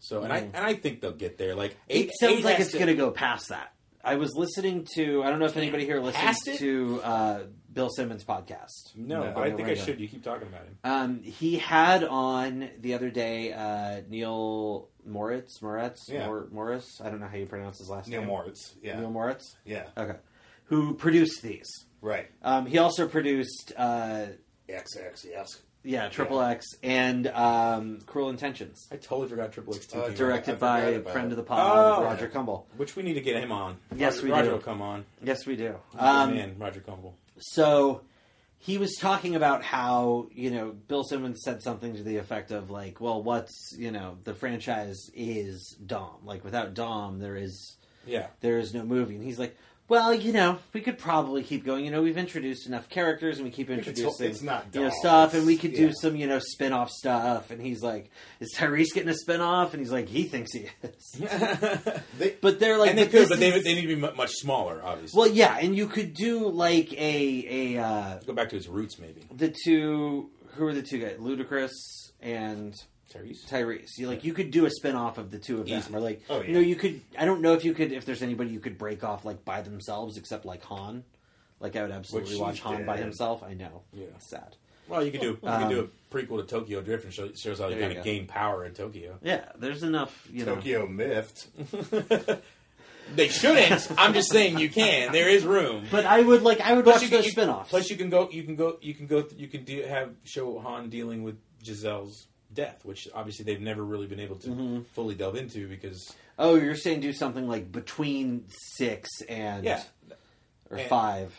So and I and I think they'll get there. Like eight, It sounds eight like has it's to- going to go past that. I was listening to I don't know if anybody here Past listens it? to uh, Bill Simmons' podcast. No, No, but I no, think I right, should. You keep talking about him. Um, he had on the other day uh, Neil Moritz, Moritz, Yeah. Mor- Morris. I don't know how you pronounce his last Neil name. Moritz. Yeah, Neil Moritz. yeah, Okay, who produced these? right. Um, he also produced, uh, XX, yes. yeah, Triple X and um, Cruel Intentions, I totally forgot Triple X two, Uh, came out, directed I by forgot about friend it. of the pod, Oh. Roger Cumble. which we need to get him on. Yes, Roger, we Roger do. will come on. Yes, we do. He's a good Um, man, Roger Cumble. so he was talking about how you know Bill Simmons said something to the effect of like, "Well, what's you know the franchise is Dom. Like without Dom, there is Yeah, there is no movie." And he's like, "Well, you know, we could probably keep going. You know, we've introduced enough characters, and we keep it's- introducing it's not you know Dom. stuff, and we could do Yeah. some you know spin off stuff." And he's like, "Is Tyrese getting a spin off?" And he's like, "He thinks he is." They, But they're like, and they but could, this but they, is- they need to be mu- much smaller, obviously. well, yeah, and you could do like a a uh, go back to his roots, maybe. the two who are the two guys ludacris and Tyrese. tyrese you like you could do a spin-off of the two of them Easy. or like Oh, yeah. you know you could i don't know if you could if there's anybody you could break off like by themselves except like han like i would absolutely Which watch he's han by dead. himself i know Yeah. It's sad Well, you could do you could do a prequel to Tokyo Drift and show, shows how you Um, There you kind of go. gain power in Tokyo. yeah there's enough you know Tokyo Mift. They shouldn't. I'm just saying you can. There is room. but i would like i would watch you those can, spin-offs plus you can go. You can go. You can go. You can de- have show Han dealing with Giselle's death, which obviously they've never really been able to Mm-hmm. fully delve into because oh you're saying do something like between six and yeah, or And- five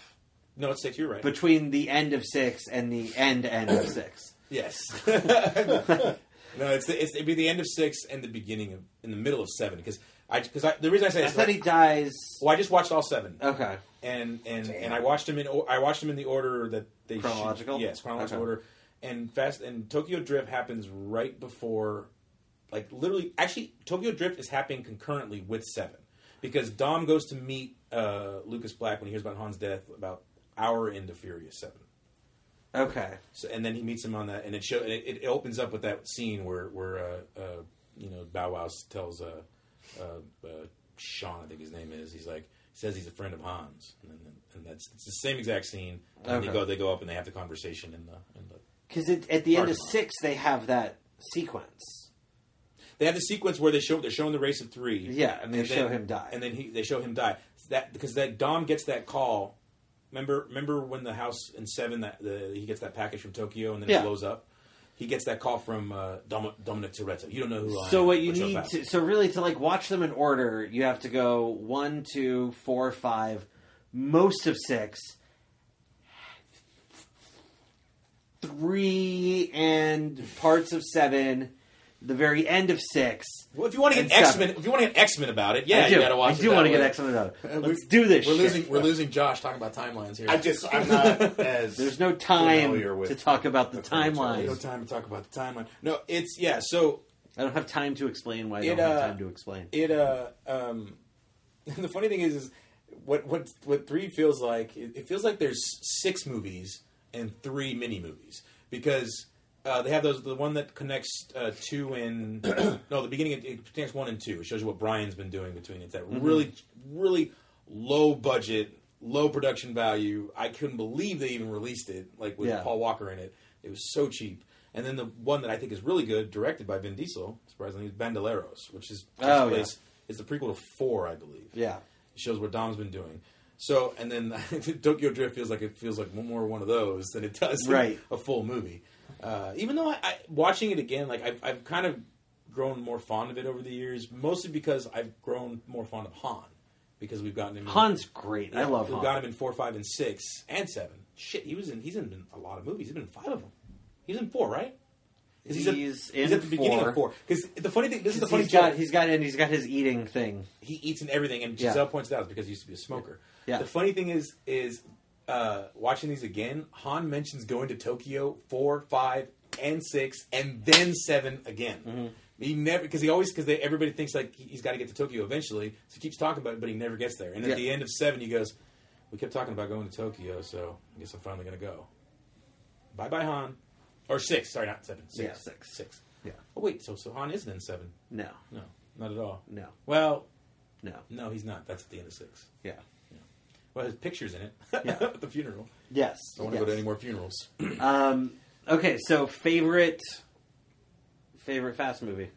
no, it's six. You're right. between the end of six and the end end of six yes, no, it's, the, it's it'd be the end of six and the beginning of in the middle of seven because I because I, the reason I say i it's thought he dies well, I just watched all seven. okay and and Damn. and I watched them in o- I watched them in the order that they should- Chronological? yes, chronological Okay. order. And fast and Tokyo Drift happens right before, like literally. Actually, Tokyo Drift is happening concurrently with Seven because Dom goes to meet uh, Lucas Black when he hears about Han's death about hour into Furious Seven. okay So, and then he meets him on that, and it show and it, it opens up with that scene where where uh, uh, you know Bow Wow tells uh, uh, uh, Sean, I think his name is, he's like, says he's a friend of Han's, and then and that's it's the same exact scene. And Okay. they go they go up and they have the conversation in the in the Because at the end of Parking lot. six, they have that sequence. They have the sequence where they show they're showing the race of three. Yeah, and they show him die. and then he, they show him die. That because that Dom gets that call. Remember, remember when the house in seven that the, he gets that package from Tokyo and then Yeah. it blows up. He gets that call from uh, Dom, Dominic Toretto. You don't know who. I So am, what you but you're need back. to so really to like watch them in order, you have to go one, two, four, five, most of six, three and parts of seven, the very end of six. Well, if you want to and get X seven. Men, if you want to get X Men about it, yeah, I do. you got to watch. I it do that want to get way. X Men out. Uh, we- Let's do this. We're shit. losing. We're losing Josh talking about timelines here. I just I'm not as There's no time familiar with to talk about the the franchise. We don't have timelines. time to talk about the timeline. No, it's yeah. So I don't have time to explain why I It, don't have uh, time to explain. it uh um the funny thing is is what what what three feels like it, it feels like there's six movies and three mini movies because uh, they have those the one that connects uh, two and no the beginning it, it connects one and two it shows you what Brian's been doing between it. it's that really really low budget low production value I couldn't believe they even released it like with Yeah. Paul Walker in it it was so cheap and then the one that I think is really good directed by Vin Diesel surprisingly is Bandoleros which is takes Oh, yeah. place it's the prequel to four, I believe. yeah. It shows what Dom's been doing. So, and then Tokyo Drift feels like it feels like one more one of those than it does in Right. a full movie. Uh, even though I, I watching it again, like I've, I've kind of grown more fond of it over the years, mostly because I've grown more fond of Han because we've gotten him. in- Han's great. I love We've Han. got him in four, five, and six, and seven. Shit, he was in. He's in a lot of movies. He's been in five of them. He's in four, right? 'Cause at- He's in he's at the beginning of four. four. Because the funny thing, this is the funny He's got, joke he's got and he's got his eating thing. he eats and everything. And Yeah. Giselle points it out because he used to be a smoker. Yeah. The funny thing is, is uh, watching these again. Han mentions going to Tokyo four, five, and six, and then seven again. Mm-hmm. He never because he always because everybody thinks like he- he's got to get to Tokyo eventually. So he keeps talking about it, but he never gets there. And at Yeah. the end of seven, he goes, "We kept talking about going to Tokyo, so I guess I'm finally gonna go." Bye, bye, Han. Or six. Sorry, not seven. Six. Yeah, six. Six. Yeah. Oh wait, so so Han isn't in seven. No. No, not at all. No. Well, No. no, he's not. That's at the end of six. Yeah. Well, his picture's in it Yeah. at the funeral. Yes. I don't want to go to any more funerals. Um, okay, so favorite favorite fast movie.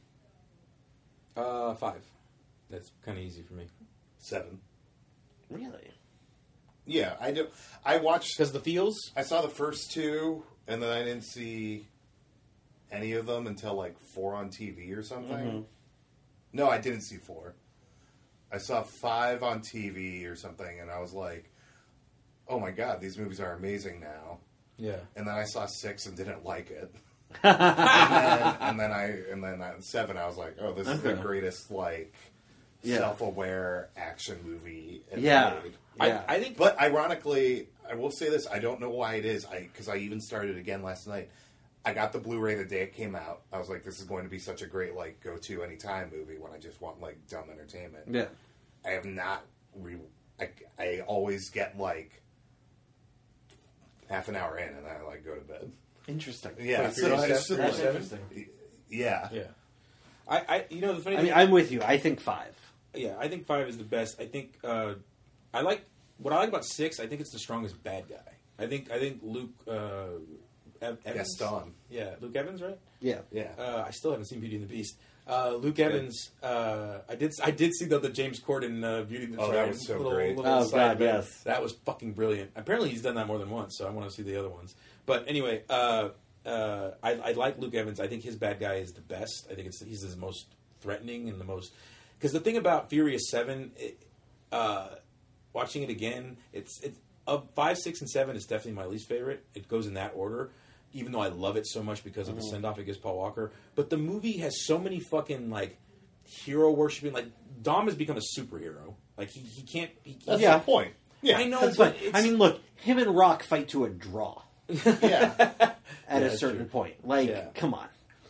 Uh, five. That's kind of easy for me seven. Really? Yeah, I do. I watched. because the feels. I saw the first two, and then I didn't see any of them until like four on TV or something. Mm-hmm. No, I didn't see four. I saw five on TV or something, and I was like, "Oh my god, these movies are amazing now." Yeah. And then I saw six and didn't like it. and, then, and then I and then at seven, I was like, "Oh, this is the Okay. greatest like Yeah. self-aware action movie." ever Yeah. made." Yeah. I, I think. But ironically, I will say this: I don't know why it is. I because I even started again last night. I got the Blu-ray the day it came out. I was like, "This is going to be such a great like go-to anytime movie when I just want like dumb entertainment." Yeah. I have not re. I, I always get like half an hour in, and I like go to bed. Interesting. Yeah, so I Furious should, Seven? like- Seven? yeah, Yeah. I, I, you know, the funny I thing. mean, I'm with you. I think five. yeah, I think five is the best. I think uh, I like what I like about six. I think it's the strongest bad guy. I think I think Luke uh, Ev- Evans. Gaston. Yeah, Luke Evans, right? Yeah. yeah. Uh, I still haven't seen Beauty and the Beast. Uh, Luke Evans. Uh, I did. I did see though the James Corden uh, Beauty and the Oh, that sorry, was so great. Oh, side God, event. yes. that was fucking brilliant. Apparently, he's done that more than once, so I want to see the other ones. But anyway, uh, uh, I, I like Luke Evans. I think his bad guy is the best. I think it's he's the most threatening and the most because the thing about Furious Seven, it, uh, watching it again, it's it's of five, six, and seven is definitely my least favorite. It goes in that order, even though I love it so much because of the send off it gives Paul Walker. But the movie has so many fucking like hero worshiping. Like Dom has become a superhero. Like he, he can't. He, he- That's Yeah. the point. Yeah, I know, That's but fine. it's, I mean, look, him and Rock fight to a draw Yeah, at a that's certain true. point. Like, Yeah. come on.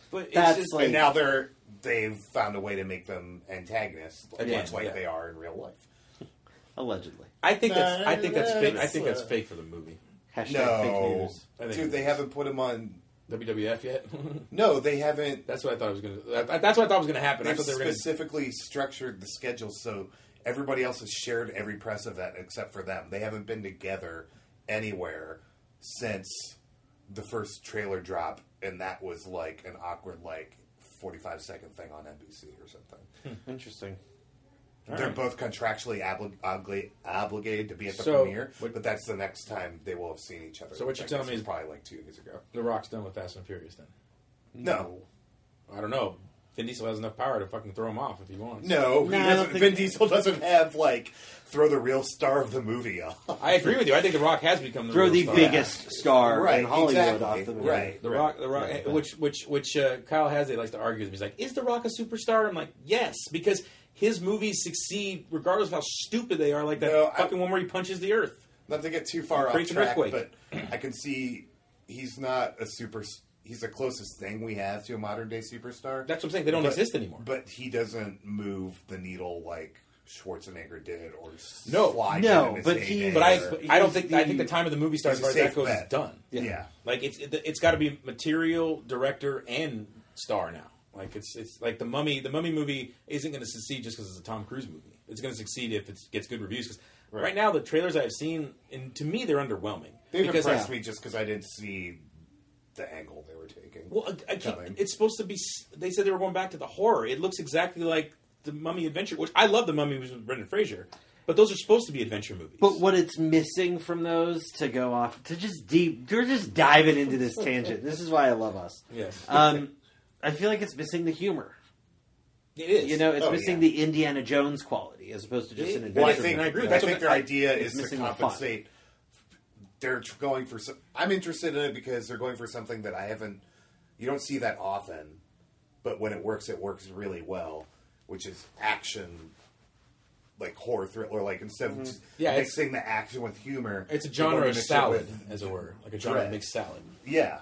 but it's that's just, like- and now they're they've found a way to make them antagonists, Again, much like yeah. they are in real life. Allegedly. I think that's I think that's Nah, fake. I that's, think that's uh, fake for the movie. Hashtag fake No, news. I think dude, they it's- haven't put him on. WWF yet? No, they haven't. that's what I thought was gonna. that- That's what I thought was gonna happen. I They've thought they were gonna. specifically structured the schedule so everybody else has shared every press event except for them. They haven't been together anywhere since the first trailer drop, and that was like an awkward like forty five second thing on NBC or something. Hmm. Interesting. They're both contractually obli- obli- obligated to be at the So, premiere, what- but that's the next time they will have seen each other. So what which I you're telling guess me was is- probably like two years ago. The Rock's done with Fast and Furious then. No, I don't know. Vin Diesel has enough power to fucking throw him off if he wants. no, he No, I don't doesn't, think- Vin Diesel doesn't have like throw the real star of the movie off. I agree with you. I think The Rock has become the Throw real the star. biggest star Right, in Hollywood exactly, off the movie. right. The Rock, The Rock, which which which uh, Kyle Hazley likes to argue with me. He's like, "Is The Rock a superstar?" I'm like, "Yes," because his movies succeed regardless of how stupid they are. Like that No, I- fucking one where he punches the earth. Not to get too far off Creates an track, but earthquake. I can see he's not a super. He's the closest thing we have to a modern day superstar. That's what I'm saying. They don't But- exist anymore. But he doesn't move the needle like Schwarzenegger did, or No, Sly no, did in his but heyday, he- but I or- but I don't think I He's think the the- time of the movie star as he's far a as that safe goes bet. is done. yeah. Like it's it, it's got to be material director and star now. Like it's it's like the Mummy. The Mummy movie isn't going to succeed just because it's a Tom Cruise movie. It's going to succeed if it gets good reviews. Because right. now the trailers I've seen, and to me they're underwhelming. They've because impressed yeah. me just because I didn't see the angle they were taking. well, I, I Coming. can't, it's supposed to be. s- They said they were going back to the horror. It looks exactly like the Mummy Adventure, which I love. The Mummy movies with Brendan Fraser, but those are supposed to be adventure movies. But what it's missing from those to go off to just deep, we're just diving into this tangent. This is why I love us. Yes, Um, I feel like it's missing the humor. it is. You know, it's Oh, missing yeah. the Indiana Jones quality as opposed to just an adventure. well, I think and I agree with I that. think their idea it's is to missing the fun. compensate. They're tr- going for. Some, I'm interested in it because they're going for something that I haven't. You don't see that often, but when it works, it works really well, which is action, like horror thriller. Like instead of just Mm-hmm. Yeah, it's- mixing the action with humor, It's a they wanna genre of mix it salad, with- as it were, like a genre Correct. of mixed salad. yeah,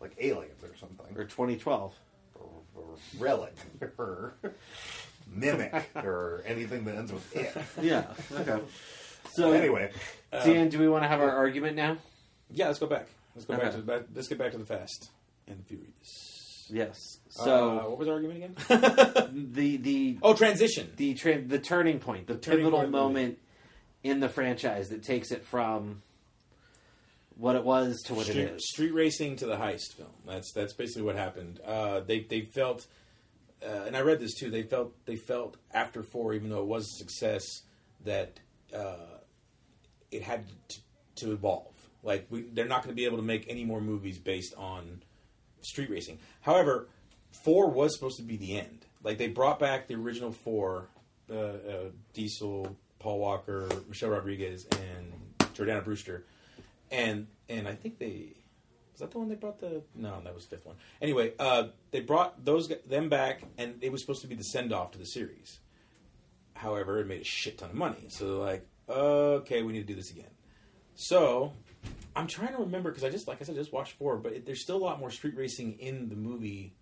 like aliens or something. or 2012. or relic or mimic or anything that ends with it. Yeah. Okay. So Anyway, um, Dan, do we want to have our argument now? Yeah, let's go back. Let's go back Okay. to back, let's get back to the Fast and the Furious. Yes. uh, So what was the argument again? the the oh, transition. the tra- the turning point, the turning pivotal point movie. moment in the franchise that takes it from what it was to what it street, is. street racing to the heist film. That's that's basically what happened. Uh, they they felt, uh, and I read this too. They felt they felt after four, even though it was a success, that uh, it had to, to evolve. Like we, they're not going to be able to make any more movies based on street racing. However, four was supposed to be the end. Like they brought back the original four: uh, uh, Diesel, Paul Walker, Michelle Rodriguez, and Jordana Brewster. And and I think they was that the one they brought the no that was the fifth one. Anyway, uh, they brought those g- them back, and it was supposed to be the send off to the series. However, it made a shit ton of money, so they're like, okay, we need to do this again. So I'm trying to remember because I just, like I said, I just watched four, but it, there's still a lot more street racing in the movie.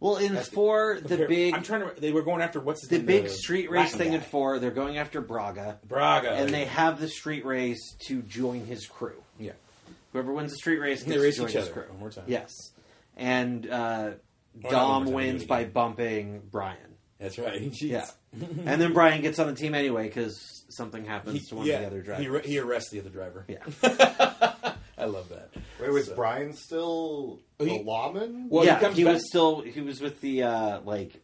Well, in four, the Compare- big I'm trying to. re- They were going after what's his the name, big street race Latin thing in guy. four, they're going after Braga, Braga, and they have the street race to join his crew. yeah, Whoever wins the street race, And they gets to race join each his other. crew. One more time. Yes, and uh, Or not one more Dom time, wins do it by again. bumping Brian. that's right. He cheats. Yeah, and then Brian gets on the team anyway because something happens to one yeah, of the other drivers. He, re- he arrests the other driver. yeah, I love that. wait, was So- Brian still He- the lawman? Well, yeah. he comes He back was still he was with the uh, like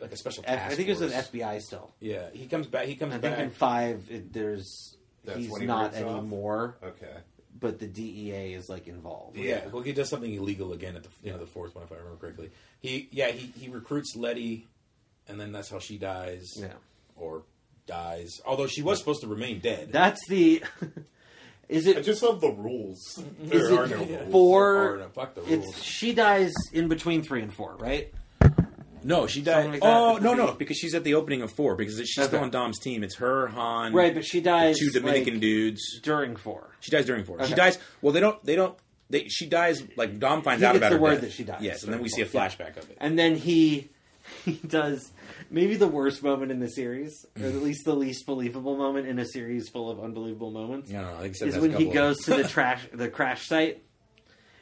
like a special. F- Task I think he was with force. FBI still. Yeah, he comes back. He comes I back. think in five it, there's That's he's when he not breaks off? anymore, Okay, but the DEA is like involved. yeah. Yeah. well, he does something illegal again at the you know the fourth one, if I remember correctly. He yeah he he recruits Letty, and then that's how she dies. Yeah. or dies. Although she was supposed to remain dead. That's the. is I it just love the rules. There Is are it no rules. four? Or, no, fuck the rules. It's she dies in between three and four, right? no, she died. Something like Oh that. no no! Because she's at the opening of four. Because she's Okay. still on Dom's team. It's her, Han, Right, but she dies two Dominican like, dudes. during four. She dies during four. Okay. She dies. Well, they don't. They don't. They, she dies. Like Dom finds He out gets about the her word death. that she dies Yes, and then we see a during four. flashback of it. And then he he does maybe the worst moment in the series, or at least the least believable moment in a series full of unbelievable moments. no, no, I think he said is that's when a he couple goes of- to the trash the crash site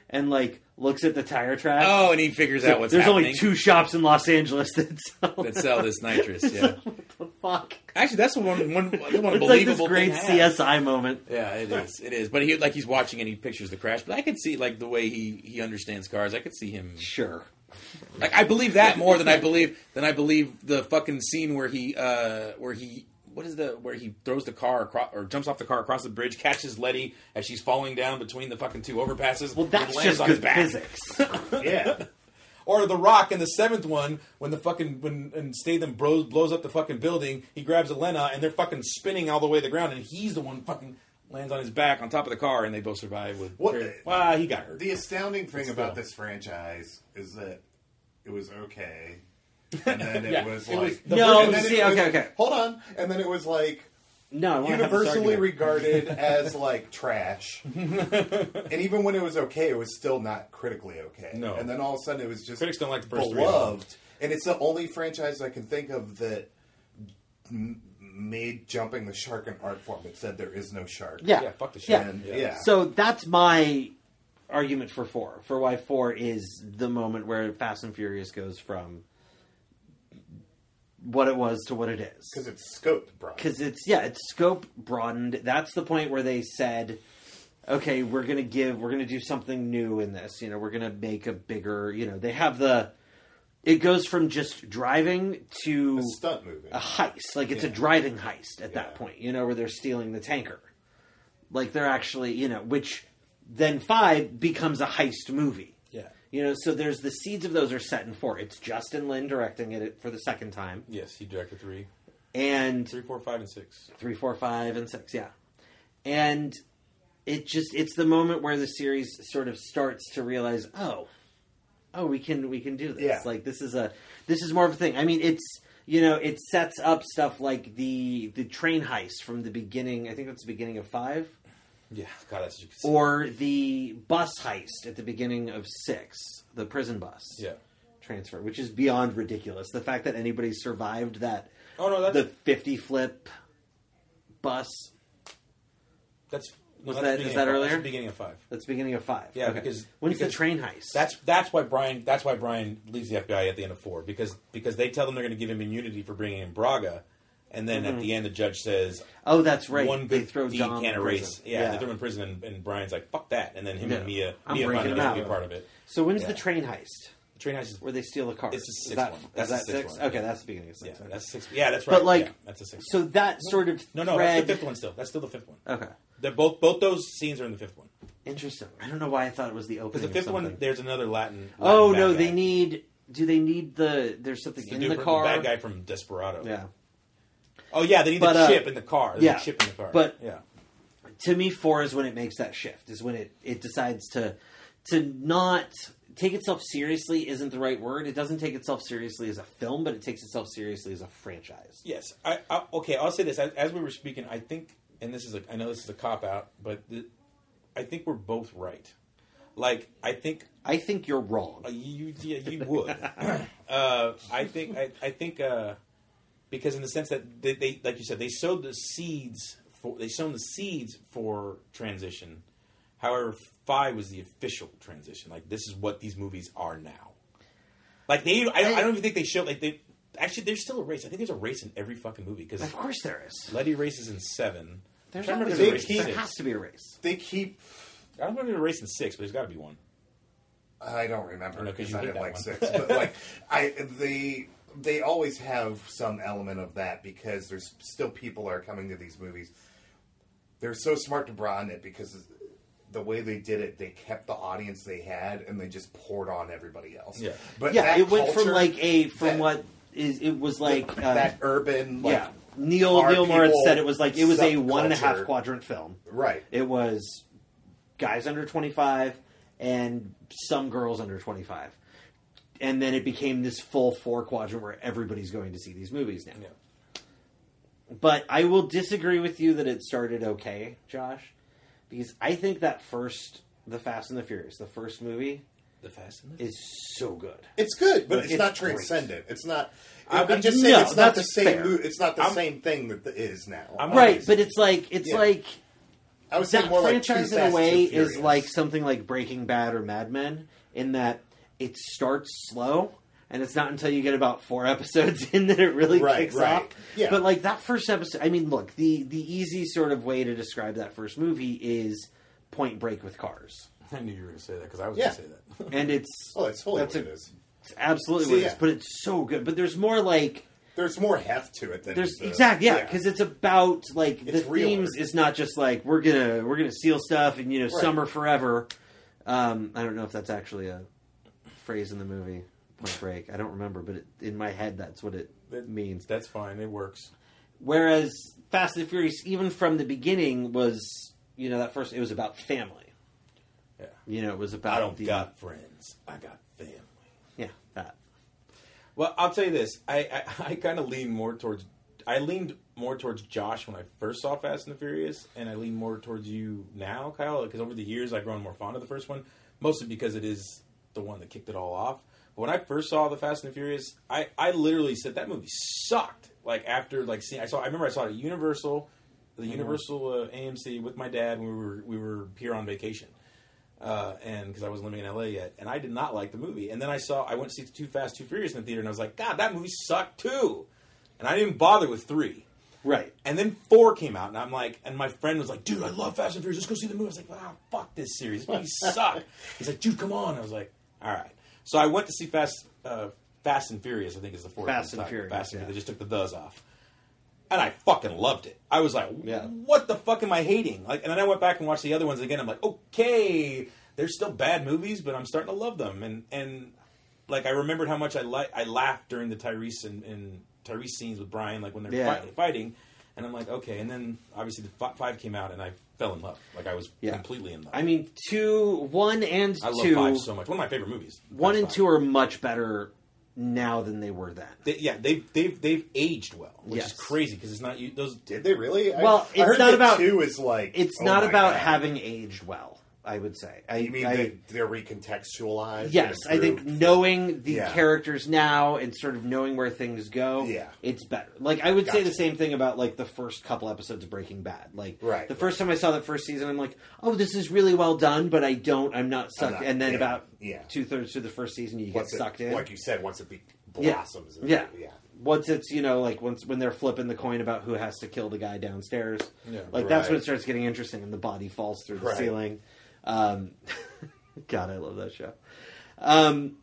and like looks at the tire track. Oh, and he figures out what's There's happening. only two shops in Los Angeles that sell that sell this nitrous. Yeah, What the fuck? Actually, that's the one one, that's one It's like this believable great thing I have. CSI moment. Yeah, it is. It is. But he like he's watching and he pictures the crash. But I could see like the way he he understands cars. I could see him Sure. like I believe that more than I believe than I believe the fucking scene where he uh where he what is the where he throws the car across, or jumps off the car across the bridge, catches Letty as she's falling down between the fucking two overpasses. Well, and that's lands just on his good back. physics. yeah. Or The Rock in the seventh one, when the fucking when and Statham blows blows up the fucking building, he grabs Elena and they're fucking spinning all the way to the ground, and he's the one fucking lands on his back on top of the car, and they both survive with. What- Well, he got hurt. The astounding thing about still. this franchise is that it was okay, and then it Yeah, was it like was- the Oh, No, and then see, it was- okay, okay. Hold on, and then it was like No, I want to have this universally argument. regarded as like trash, and even when it was okay, it was still not critically okay. No. and then all of a sudden it was just Critics don't like the first three beloved, and it's the only franchise I can think of that. m- Made jumping the shark an art form that said there is no shark. Yeah. Yeah, fuck the shit. Yeah. And, Yeah. yeah. So that's my argument for four. For why four is the moment where Fast and Furious goes from what it was to what it is. because it's scoped, bro. because it's yeah, its scope broadened. That's the point where they said, "Okay, we're gonna give, we're gonna do something new in this. You know, we're gonna make a bigger. You know, they have the. It goes from just driving to a stunt movie. a heist. Like it's a driving heist at that Yeah. point. You know, where they're stealing the tanker. Like they're actually, you know, which then five becomes a heist movie. Yeah. You know, so there's the seeds of those are set in four. It's Justin Lin directing it for the second time, Yes, he directed three, and three, four, five, and six. three, four, five, and six. Yeah, and it just—it's the moment where the series sort of starts to realize, oh, oh, we can we can do this. Yeah. Like this is a this is more of a thing. I mean, it's you know it sets up stuff like the the train heist from the beginning. I think that's the beginning of five, Yeah, God, that's such a- or the bus heist at the beginning of six, the prison bus yeah. transfer, which is beyond ridiculous. The fact that anybody survived that Oh no, that's the fifty flip bus that's no, Was that's that- the is beginning that of- earlier? That's the beginning of five. That's beginning of five. Yeah, because- when's because the train heist? That's that's why Brian that's why Brian leaves the FBI at the end of four because because they tell them they're going to give him immunity for bringing in Braga, and then at the end the judge says oh, that's Mm-hmm. right. one E they good throw deed Dom can't in erase. prison. Yeah, they throw him in prison, and, and Brian's like fuck that, and then him Yeah. and Mia I'm Mia breaking finally him doesn't out. be part of it. So when's Yeah. the train heist The train heist is where they steal a car? It's the Is sixth that- one. is That's the that sixth six? one. Okay, that's the beginning of yeah, six. that's six. Yeah, that's right. But like, yeah, that's a six. so Oh. that sort of no, no, thread, that's the fifth one still. That's still the fifth one. Okay, They're both both those scenes are in the fifth one interesting. I don't know why I thought it was the because opening. the fifth of one something. there's another Latin. Latin Oh bad no, guy. they need. Do they need the? There's something It's in dude the from- car. bad guy from Desperado. Yeah. Oh yeah, they need But, the uh, chip in the car. There's yeah, a chip in the car. but- yeah, to me four is when it makes that shift is when it it decides to to not take itself seriously isn't the right word it doesn't take itself seriously as a film but it takes itself seriously as a franchise yes. I, I okay. I'll say this as, as we were speaking. I think, and this is a, I know this is a cop out, but th- I think we're both right. Like I think i think you're wrong Uh, You, yeah, you would. uh, I think. I, I think uh, because in the sense that they, they, like you said, they sowed the seeds for they sown the seeds for transition. However, five was the official transition. Like this is what these movies are now. Like they, I, don't- I don't even think they show. Like they, actually, there's still a race. I think there's a race in every fucking movie because of course there is Letty races in seven. there's I remember always there's a a race. race in there six. has to be a race they keep. I don't remember there's a race in six, but there's got to be one. I don't remember I know, 'cause because you I hate didn't that like one. six, but like I they they always have some element of that because there's still people are coming to these movies. They're so smart to broaden it because the way they did it, they kept the audience they had and they just poured on everybody else. Yeah. but yeah that it went from culture, like a from that- what is it was like uh, that urban, like, yeah neil our neil moritz people said it was like it was a one and a half subculture. quadrant film right. It was guys under 25 and some girls under 25. And then it became this full four quadrant where everybody's going to see these movies now. Yeah. But I will disagree with you that it started okay, Josh, because I think that first, The Fast and the Furious, the first movie, The Fast and the is so good. It's good, but it's, It's not great. transcendent. It's not. I I'm mean, just saying no, it's not the that's same. fair. mo- It's not the I'm- same thing that the, is now. I'm- Right, but it's like, it's Yeah. like, I was saying that more like Too franchise in Fast, a way Too Furious. is like something like Breaking Bad or Mad Men in that it starts slow and it's not until you get about four episodes in that it really Right, kicks right. off. Yeah. But like that first episode, I mean, look, the the easy sort of way to describe that first movie is Point Break with cars, I knew you were going to say that because I was Yeah. going to say that. and it's Oh, that's totally That's what a- it is. it's absolutely See, what it is, yeah. but it's so good. But there's more like There's more heft to it than there's the- exactly yeah because it's about like the It's realer. themes is not just like we're gonna we're gonna seal stuff and you know summer forever um i don't know if that's actually a phrase in the movie point break i don't remember but it, in my head that's what it That- means That's fine. It works. whereas fast and the furious even from the beginning was you know that first it was about family Yeah. you know it was about I don't the, got friends. I got family. yeah that Well, I'll tell you this. I I, I kind of lean more towards. I leaned more towards Josh when I first saw Fast and the Furious, and I lean more towards you now, Kyle, because over the years I've grown more fond of the first one, mostly because it is the one that kicked it all off. But when I first saw the Fast and the Furious, I, I literally said that movie sucked. Like after like seeing, I saw. I remember I saw it at Universal, the Universal uh, AMC with my dad when we were we were here on vacation uh, and because I wasn't living in LA yet, and I did not like the movie. And then I saw I went to see Too Fast, Too Furious in the theater, and I was like, God, that movie sucked too. And I didn't bother with three. right And then four came out, and I'm like, and my friend was like, Dude, I love Fast and Furious. Let's go see the movie. I was like, Ah, fuck this series. These movies suck. He's like, Dude, come on. I was like, All right. So I went to see Fast, uh, Fast and Furious. I think is the fourth. Fast one. and Furious, Fast and yeah. Furious. They just took the does off and I fucking loved it. I was like, Yeah. what the fuck am I hating? Like, and then I went back and watched the other ones again. I'm like, okay, they're still bad movies, but I'm starting to love them. And and like I remembered how much I li- I laughed during the Tyrese and, and Tyrese scenes with Brian, like when they're Yeah. fight- fighting. And I'm like, okay. And then obviously the fi- five came out, and I fell in love. Like I was Yeah. completely in love. i mean two one and I love two five so much. One of my favorite movies. one Fast and Five. two are much better now than they were then They, yeah, they've they've they've aged well, which Yes. is crazy because it's not you those. Did they really? I- Well, I it's heard not that about- two is like it's oh not my about God. having aged well. I would say. I You mean I- they, they're recontextualized? and yes, I think improved? knowing the Yeah. characters now and sort of knowing where things go, Yeah. it's better. Like I would say the Gotcha. same thing about like the first couple episodes of Breaking Bad. Like Right, the first time I saw the first season, I'm like, oh, this is really well done, but I don't, I'm not sucked. not- and then yeah, about yeah. two thirds through the first season, you Once get it- sucked in. like you said, once it be, Yeah. blossoms. and- Yeah. yeah. Once it's you know like once when they're flipping the coin about who has to kill the guy downstairs, Yeah. like that's Right. when it starts getting interesting and the body falls through the Right. ceiling. Um, God, I love that show. Um,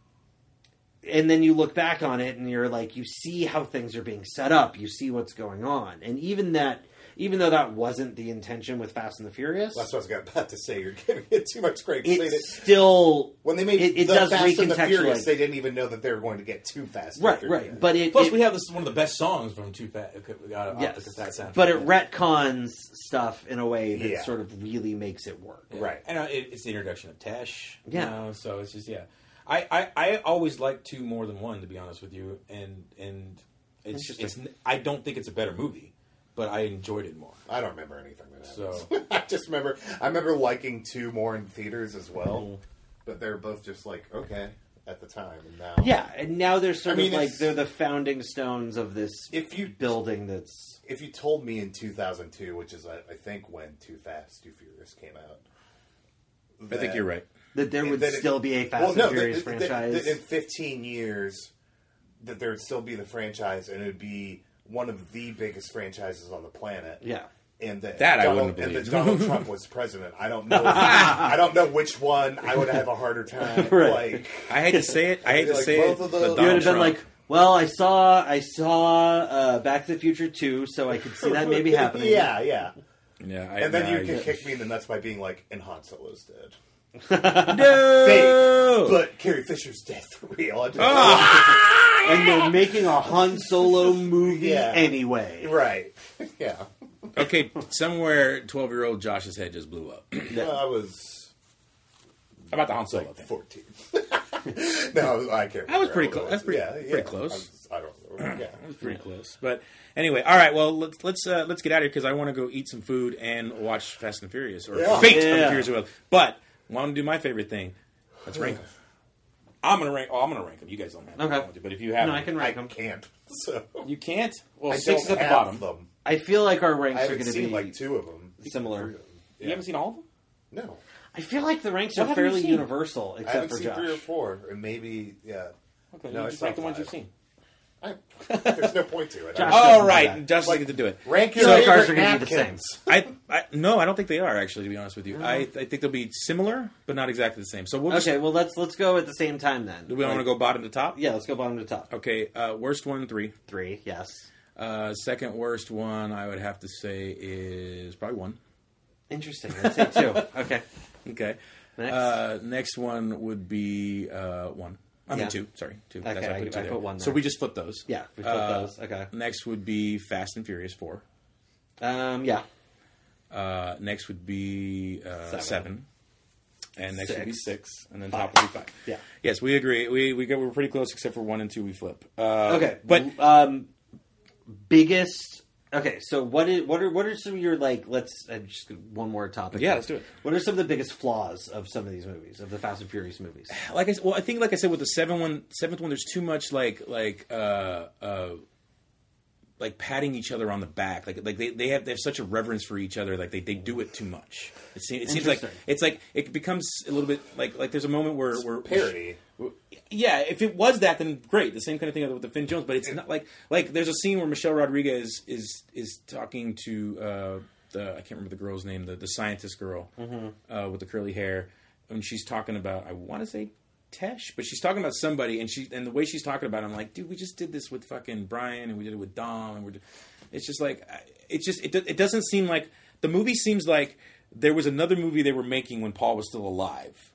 and then you look back on it and you're like, you see how things are being set up, you see what's going on, and even that, even though that wasn't the intention with Fast and the Furious, That's what I was gonna- about to say. You're giving it too much credit. 'cause they it didn't- still when they made it, it the does Fast and the Furious, recontextualize. they didn't even know that they were going to get too fast. and right, Furious. right, but it Plus, it- we have this one of the best songs from Too uh, Fat. Got yes, that sound. but it retcons stuff in a way that Yeah. sort of really makes it work. Right. And uh, it, it's the introduction of Tesh. Yeah. You know, so it's just yeah. I, I, I always like two more than one to be honest with you, and and it's just it's n- I don't think it's a better movie, but I enjoyed it more. I don't remember anything that happened. So- I just remember I remember liking two more in theaters as Mm-hmm. well, but they're both just like okay at the time and now. Yeah, and now they're sort I mean, of like it's- they're the founding stones of this If you- building that's If you told me in 2002, which is I, I think when Too Fast, Too Furious came out, I think that- you're right. that there would that it- still be a Fast well, no, and Furious that- that- that- franchise. that in 15 years, that there would still be the franchise, and it would be one of the biggest franchises on the planet. yeah. And that, That I Donald, wouldn't and believe. that Donald Trump was president. I don't know. I don't know which one. I would have a harder time. Right. Like, I hate to say it. I hate to Like say both it. of the- but You would You would Donald have been Trump- like, well, I saw I saw uh, Back to the Future 2, so I could see that maybe happening. Yeah, yeah. yeah, I, And then you nah, can kick me in the nuts by being like, and Han Solo's dead. no! Fake. But Carrie Fisher's dead for real. I'm just- Ah! And they're making a Han Solo movie Yeah. anyway. Right. Yeah. okay, somewhere twelve-year-old Josh's head just blew up Well, I was about the Han Solo like thing. 14. no, I That can't. was remember. pretty close. That's pretty- yeah, yeah. pretty close. I, was- I don't remember. Yeah. It's pretty close, but anyway, all right. Well, let's let's uh, let's get out of here because I want to go eat some food and watch Fast and Furious or Yeah. Fate of Yeah. the Furious. Well, but I want to do my favorite thing. Let's rank 'em. I'm gonna rank. Oh, I'm gonna rank them. You guys don't have them. Okay. But if you have, No, I them- can I rank them. can't. So You can't. Well, I six is don't at the have bottom. them. I feel like our ranks I are going haven't to seen be like two of them. similar. You haven't seen all of them. No, I feel like the ranks What are have you fairly seen? universal, I except haven't for seen Josh. three or four, and maybe yeah. Okay, No, you it's just rank not the ones five. you've seen. I, there's no point to it. I- Josh- All doesn't right, do that. Josh doesn't get to do it. rank your So favorite cars are gonna be napkins. the I, I no, I don't think they are actually. To be honest with you, I, I think they'll be similar, but not exactly the same. So we'll just, Mm. Okay, well let's let's go at the same time then. do we want to go bottom to top? Yeah, let's go bottom to top. Okay. Uh, worst one three. Three, yes. Uh, second worst one I would have to say is probably one. Interesting. Let's say two. Okay. Okay. Next. Uh, next one would be uh, one. I mean Yeah. two. Sorry, two. Okay, why I- I put one So there. we just flip those. Yeah, we flip Uh, those. Okay. Next would be Fast and Furious four. Um, yeah. Uh, next would be uh, seven. Seven. And next would be six, Six. and then Five. top would be five. Yeah. Yes, we agree. We we go, we're pretty close, except for one and two. We flip. Uh, Okay. but um biggest Okay, so what is what are what are some of your like let's uh, just one more topic. Yeah, let's do it. What are some of the biggest flaws of some of these movies, of the Fast and Furious movies? like I s- well, I think like I said with the seven one seventh one, there's too much like like uh uh like patting each other on the back. Like like they, they have they have such a reverence for each other. Like they, they do it too much. It seems it seems like Interesting. it's like it becomes a little bit like like there's a moment where where Parody. yeah, if it was that, then great. The same kind of thing with the Finn Jones, but it's not like like there's a scene where Michelle Rodriguez is is talking to uh, the I can't remember the girl's name, the the scientist girl uh, with the curly hair, and she's talking about I want to say Tesh, but she's talking about somebody, and she and the way she's talking about, it, I'm like, dude, we just did this with fucking Brian, and we did it with Dom, and we're, d- it's just like I- it's just it do- it doesn't seem like the movie seems like there was another movie they were making when Paul was still alive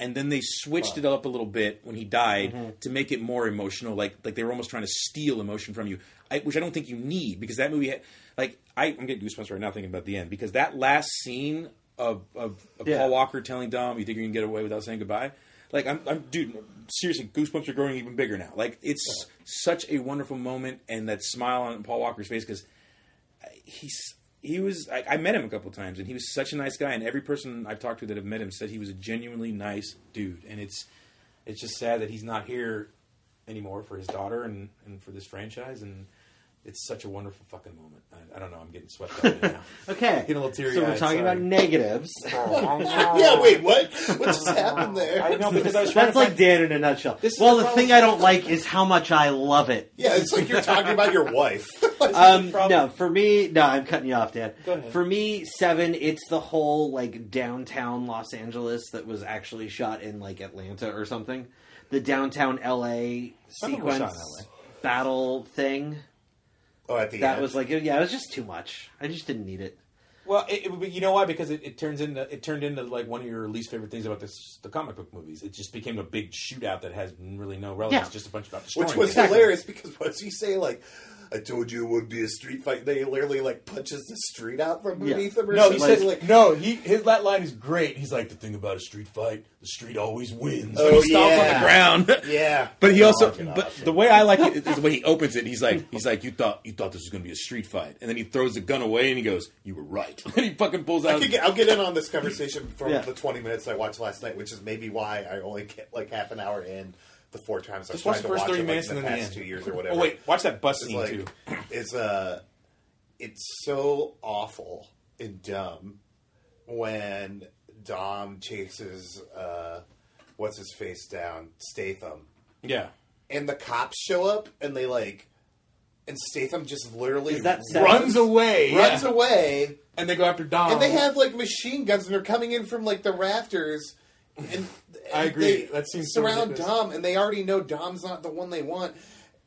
and then they switched it up a little bit when he died to make it more emotional like like they were almost trying to steal emotion from you I, which i don't think you need because that movie had, like I, i'm getting goosebumps right now thinking about the end because that last scene of, of, of Yeah. paul walker telling dom you think you're gonna get away without saying goodbye like i'm, I'm dude seriously goosebumps are growing even bigger now like it's such a wonderful moment and that smile on paul walker's face because he's he was I, I met him a couple times and he was such a nice guy and every person I've talked to that have met him said he was a genuinely nice dude and it's it's just sad that he's not here anymore for his daughter and, and for this franchise and it's such a wonderful fucking moment. I, I don't know. I'm getting swept up right now. Okay. Getting a little teary-eyed, So we're talking about sorry. negatives. Yeah, wait, what? What just happened there? Oh. I know because I was trying That's to like find, Dan in a nutshell. This is well, the the problem. thing I don't like is how much I love it. Yeah, it's like you're talking about your wife. Um, problem. no, for me, no, I'm cutting you off, Dan. Go ahead. For me, seven, it's the whole like downtown Los Angeles that was actually shot in like Atlanta or something. The downtown LA Some of it was shot in sequence battle thing oh, at the that end. was like, yeah, it was just too much. I just didn't need it. Well, it, it, would be- you know why? Because it, it turns into it turned into like one of your least favorite things about this the comic book movies. It just became a big shootout that has really no relevance. Yeah. Just a bunch about destroying. which was things. hilarious because once you say like, "I told you it would be a street fight," they literally like punches the street out from Yeah. beneath them. Or No, he something. says like, like no. He his that line is great. He's like the thing about a street fight, the street always wins. Oh, he stomps on yeah. the ground. Yeah, But he also, Fucking but awesome. the way I like it is the way he opens it. He's like, he's like, you thought, you thought this was going to be a street fight, and then he throws the gun away and he goes, "You were right." and he fucking pulls out. I could get, I'll get in on this conversation from Yeah. the 20 minutes I watched last night, which is maybe why I only get like half an hour in the four times I've Just watch tried to the first watch thirty it like, minutes in the and then past the two end. years or whatever. Oh wait, watch that bus it's scene too. like it's uh, it's so awful and dumb when Dom chases uh, what's his face down Statham yeah. and the cops show up and they like and Statham just literally Is that seven? Runs away, runs yeah. away and they go after Dom. and they Um, have like machine guns and they're coming in from like the rafters and, and I agree. they That seems so surround ridiculous. Dom and they already know Dom's not the one they want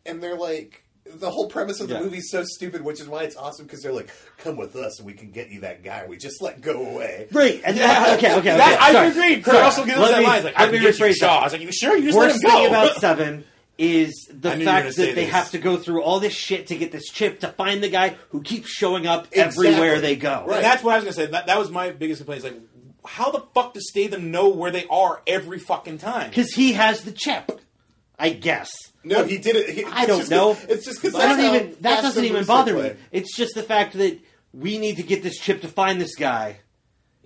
and they're like the whole premise of the Yeah. movie's so stupid, which is why it's awesome because they're like, "Come with us, and we can get you that guy we just let go away." Right, and that's okay, okay, okay. That, I sorry. agree. Kurt Sorry. Russell gives Let us that me- line. He's like, let I me can get you rephrase that. Shaw. I was like, you sure? You just worst let him thing go. about seven is the I knew you were fact gonna that say they this. have to go through all this shit to get this chip to find the guy who keeps showing up Exactly. everywhere they go. Right. And that's what I was gonna say. That, that was my biggest complaint. Is like, how the fuck does Statham know where they are every fucking time? Because he has the chip, I guess. No, he did it. He, I don't it's just 'cause- know. It's just because I don't even. That doesn't even bother me. It's just the fact that we need to get this chip to find this guy.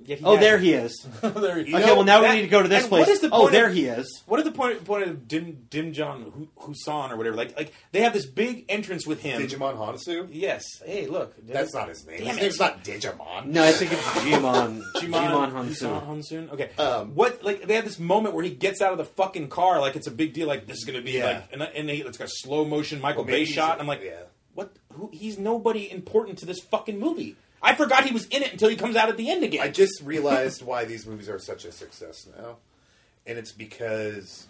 Yet Oh, there hasn't. he is. Oh, There he- okay, well now that- we need to go to this and place. What is the point oh, there of, he is. What is the point point of Dim Dimjon Hu- Husan or whatever? Like like they have this big entrance with him. Digimon Hanasu? Yes. Hey, look. That's not his name. Damn his it. name's not Digimon. No, I think it's Jimon. Jimon Husan- Hansu. Hansun. Okay. Um, what like they have this moment where he gets out of the fucking car like it's a big deal. Like this is gonna be Yeah. like and, and he, it's got a slow motion Michael Well, maybe Bay he's- shot. And I'm like, yeah. what? Who? He's nobody important to this fucking movie. I forgot he was in it until he comes out at the end again. I just realized why these movies are such a success now, and it's because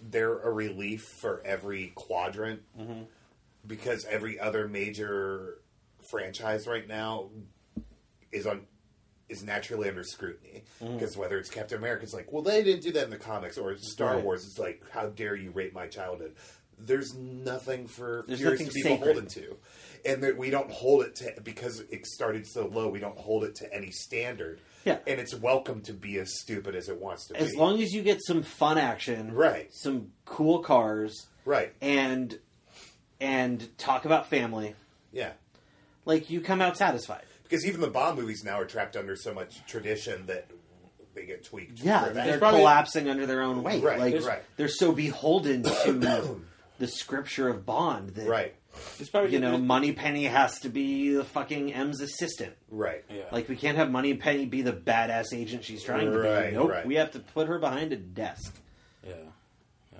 they're a relief for every quadrant. Mm-hmm. Because every other major franchise right now is on is naturally under scrutiny. Mm-hmm. Because whether it's Captain America, it's like, well, they didn't do that in the comics, or it's Star Right. Wars, it's like, how dare you rape my childhood? There's nothing for There's viewers nothing to be sacred. beholden to, and that we don't hold it to because it started so low. We don't hold it to any standard. Yeah. and it's welcome to be as stupid as it wants to be. As long as you get some fun action, Right. Some cool cars, right? and and talk about family. Yeah, Like you come out satisfied. because even the Bond movies now are trapped under so much tradition that they get tweaked. Yeah, for that. they're probably- collapsing under their own weight. Right, like right. they're so beholden to the scripture of Bond that right, It's probably you know Moneypenny has to be the fucking M's assistant. right. Yeah. Like we can't have Moneypenny be the badass agent she's trying to Right, be. Nope, right. we have to put her behind a desk. yeah.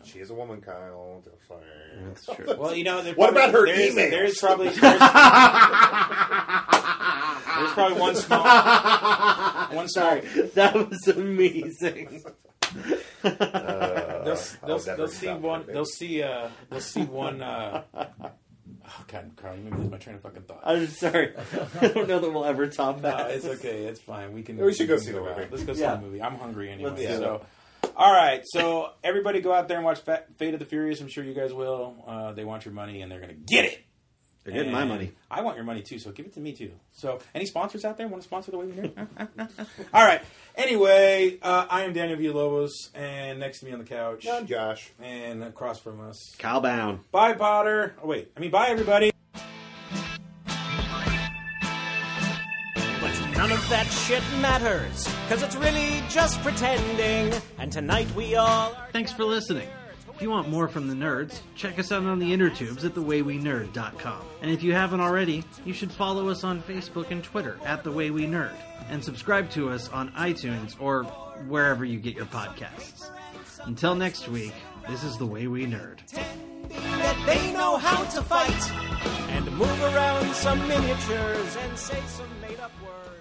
She is a woman, Kyle. Don't fuck. That's true. Well, you know, there What probably- about her there is- emails? there is probably there's, there's probably one small one small. that was amazing. They'll, they'll, was Uh, never they'll see stopped one. hurting. They'll see. Uh, they'll see one. Uh, oh God, Carl, you made me lose my train of fucking thought. I'm sorry. I don't know that we'll ever top No, that. it's okay. It's fine. We can. We should go can see the out. movie. Let's go see Yeah. the movie. I'm hungry anyway. Let's do so, all right. So everybody, go out there and watch Fa- Fate of the Furious. I'm sure you guys will. Uh, they want your money, and they're gonna get it. They're And I want your money too, so give it to me too. So, any sponsors out there want to sponsor the way we nerd? All right. Anyway, uh, I am Daniel Villalobos, and next to me on the couch, I'm Josh. and across from us, Cow bound. bye Potter. Oh wait, I mean bye everybody. But none of that shit matters, because it's really just pretending. And tonight we all are. Thanks for listening. If you want more from the nerds, check us out on the inner tubes at thewaywenerd.com. And if you haven't already, you should follow us on Facebook and Twitter at The Way We Nerd, and subscribe to us on iTunes or wherever you get your podcasts. Until next week, this is The Way We Nerd. that they know how to fight and move around some miniatures and say some made up words.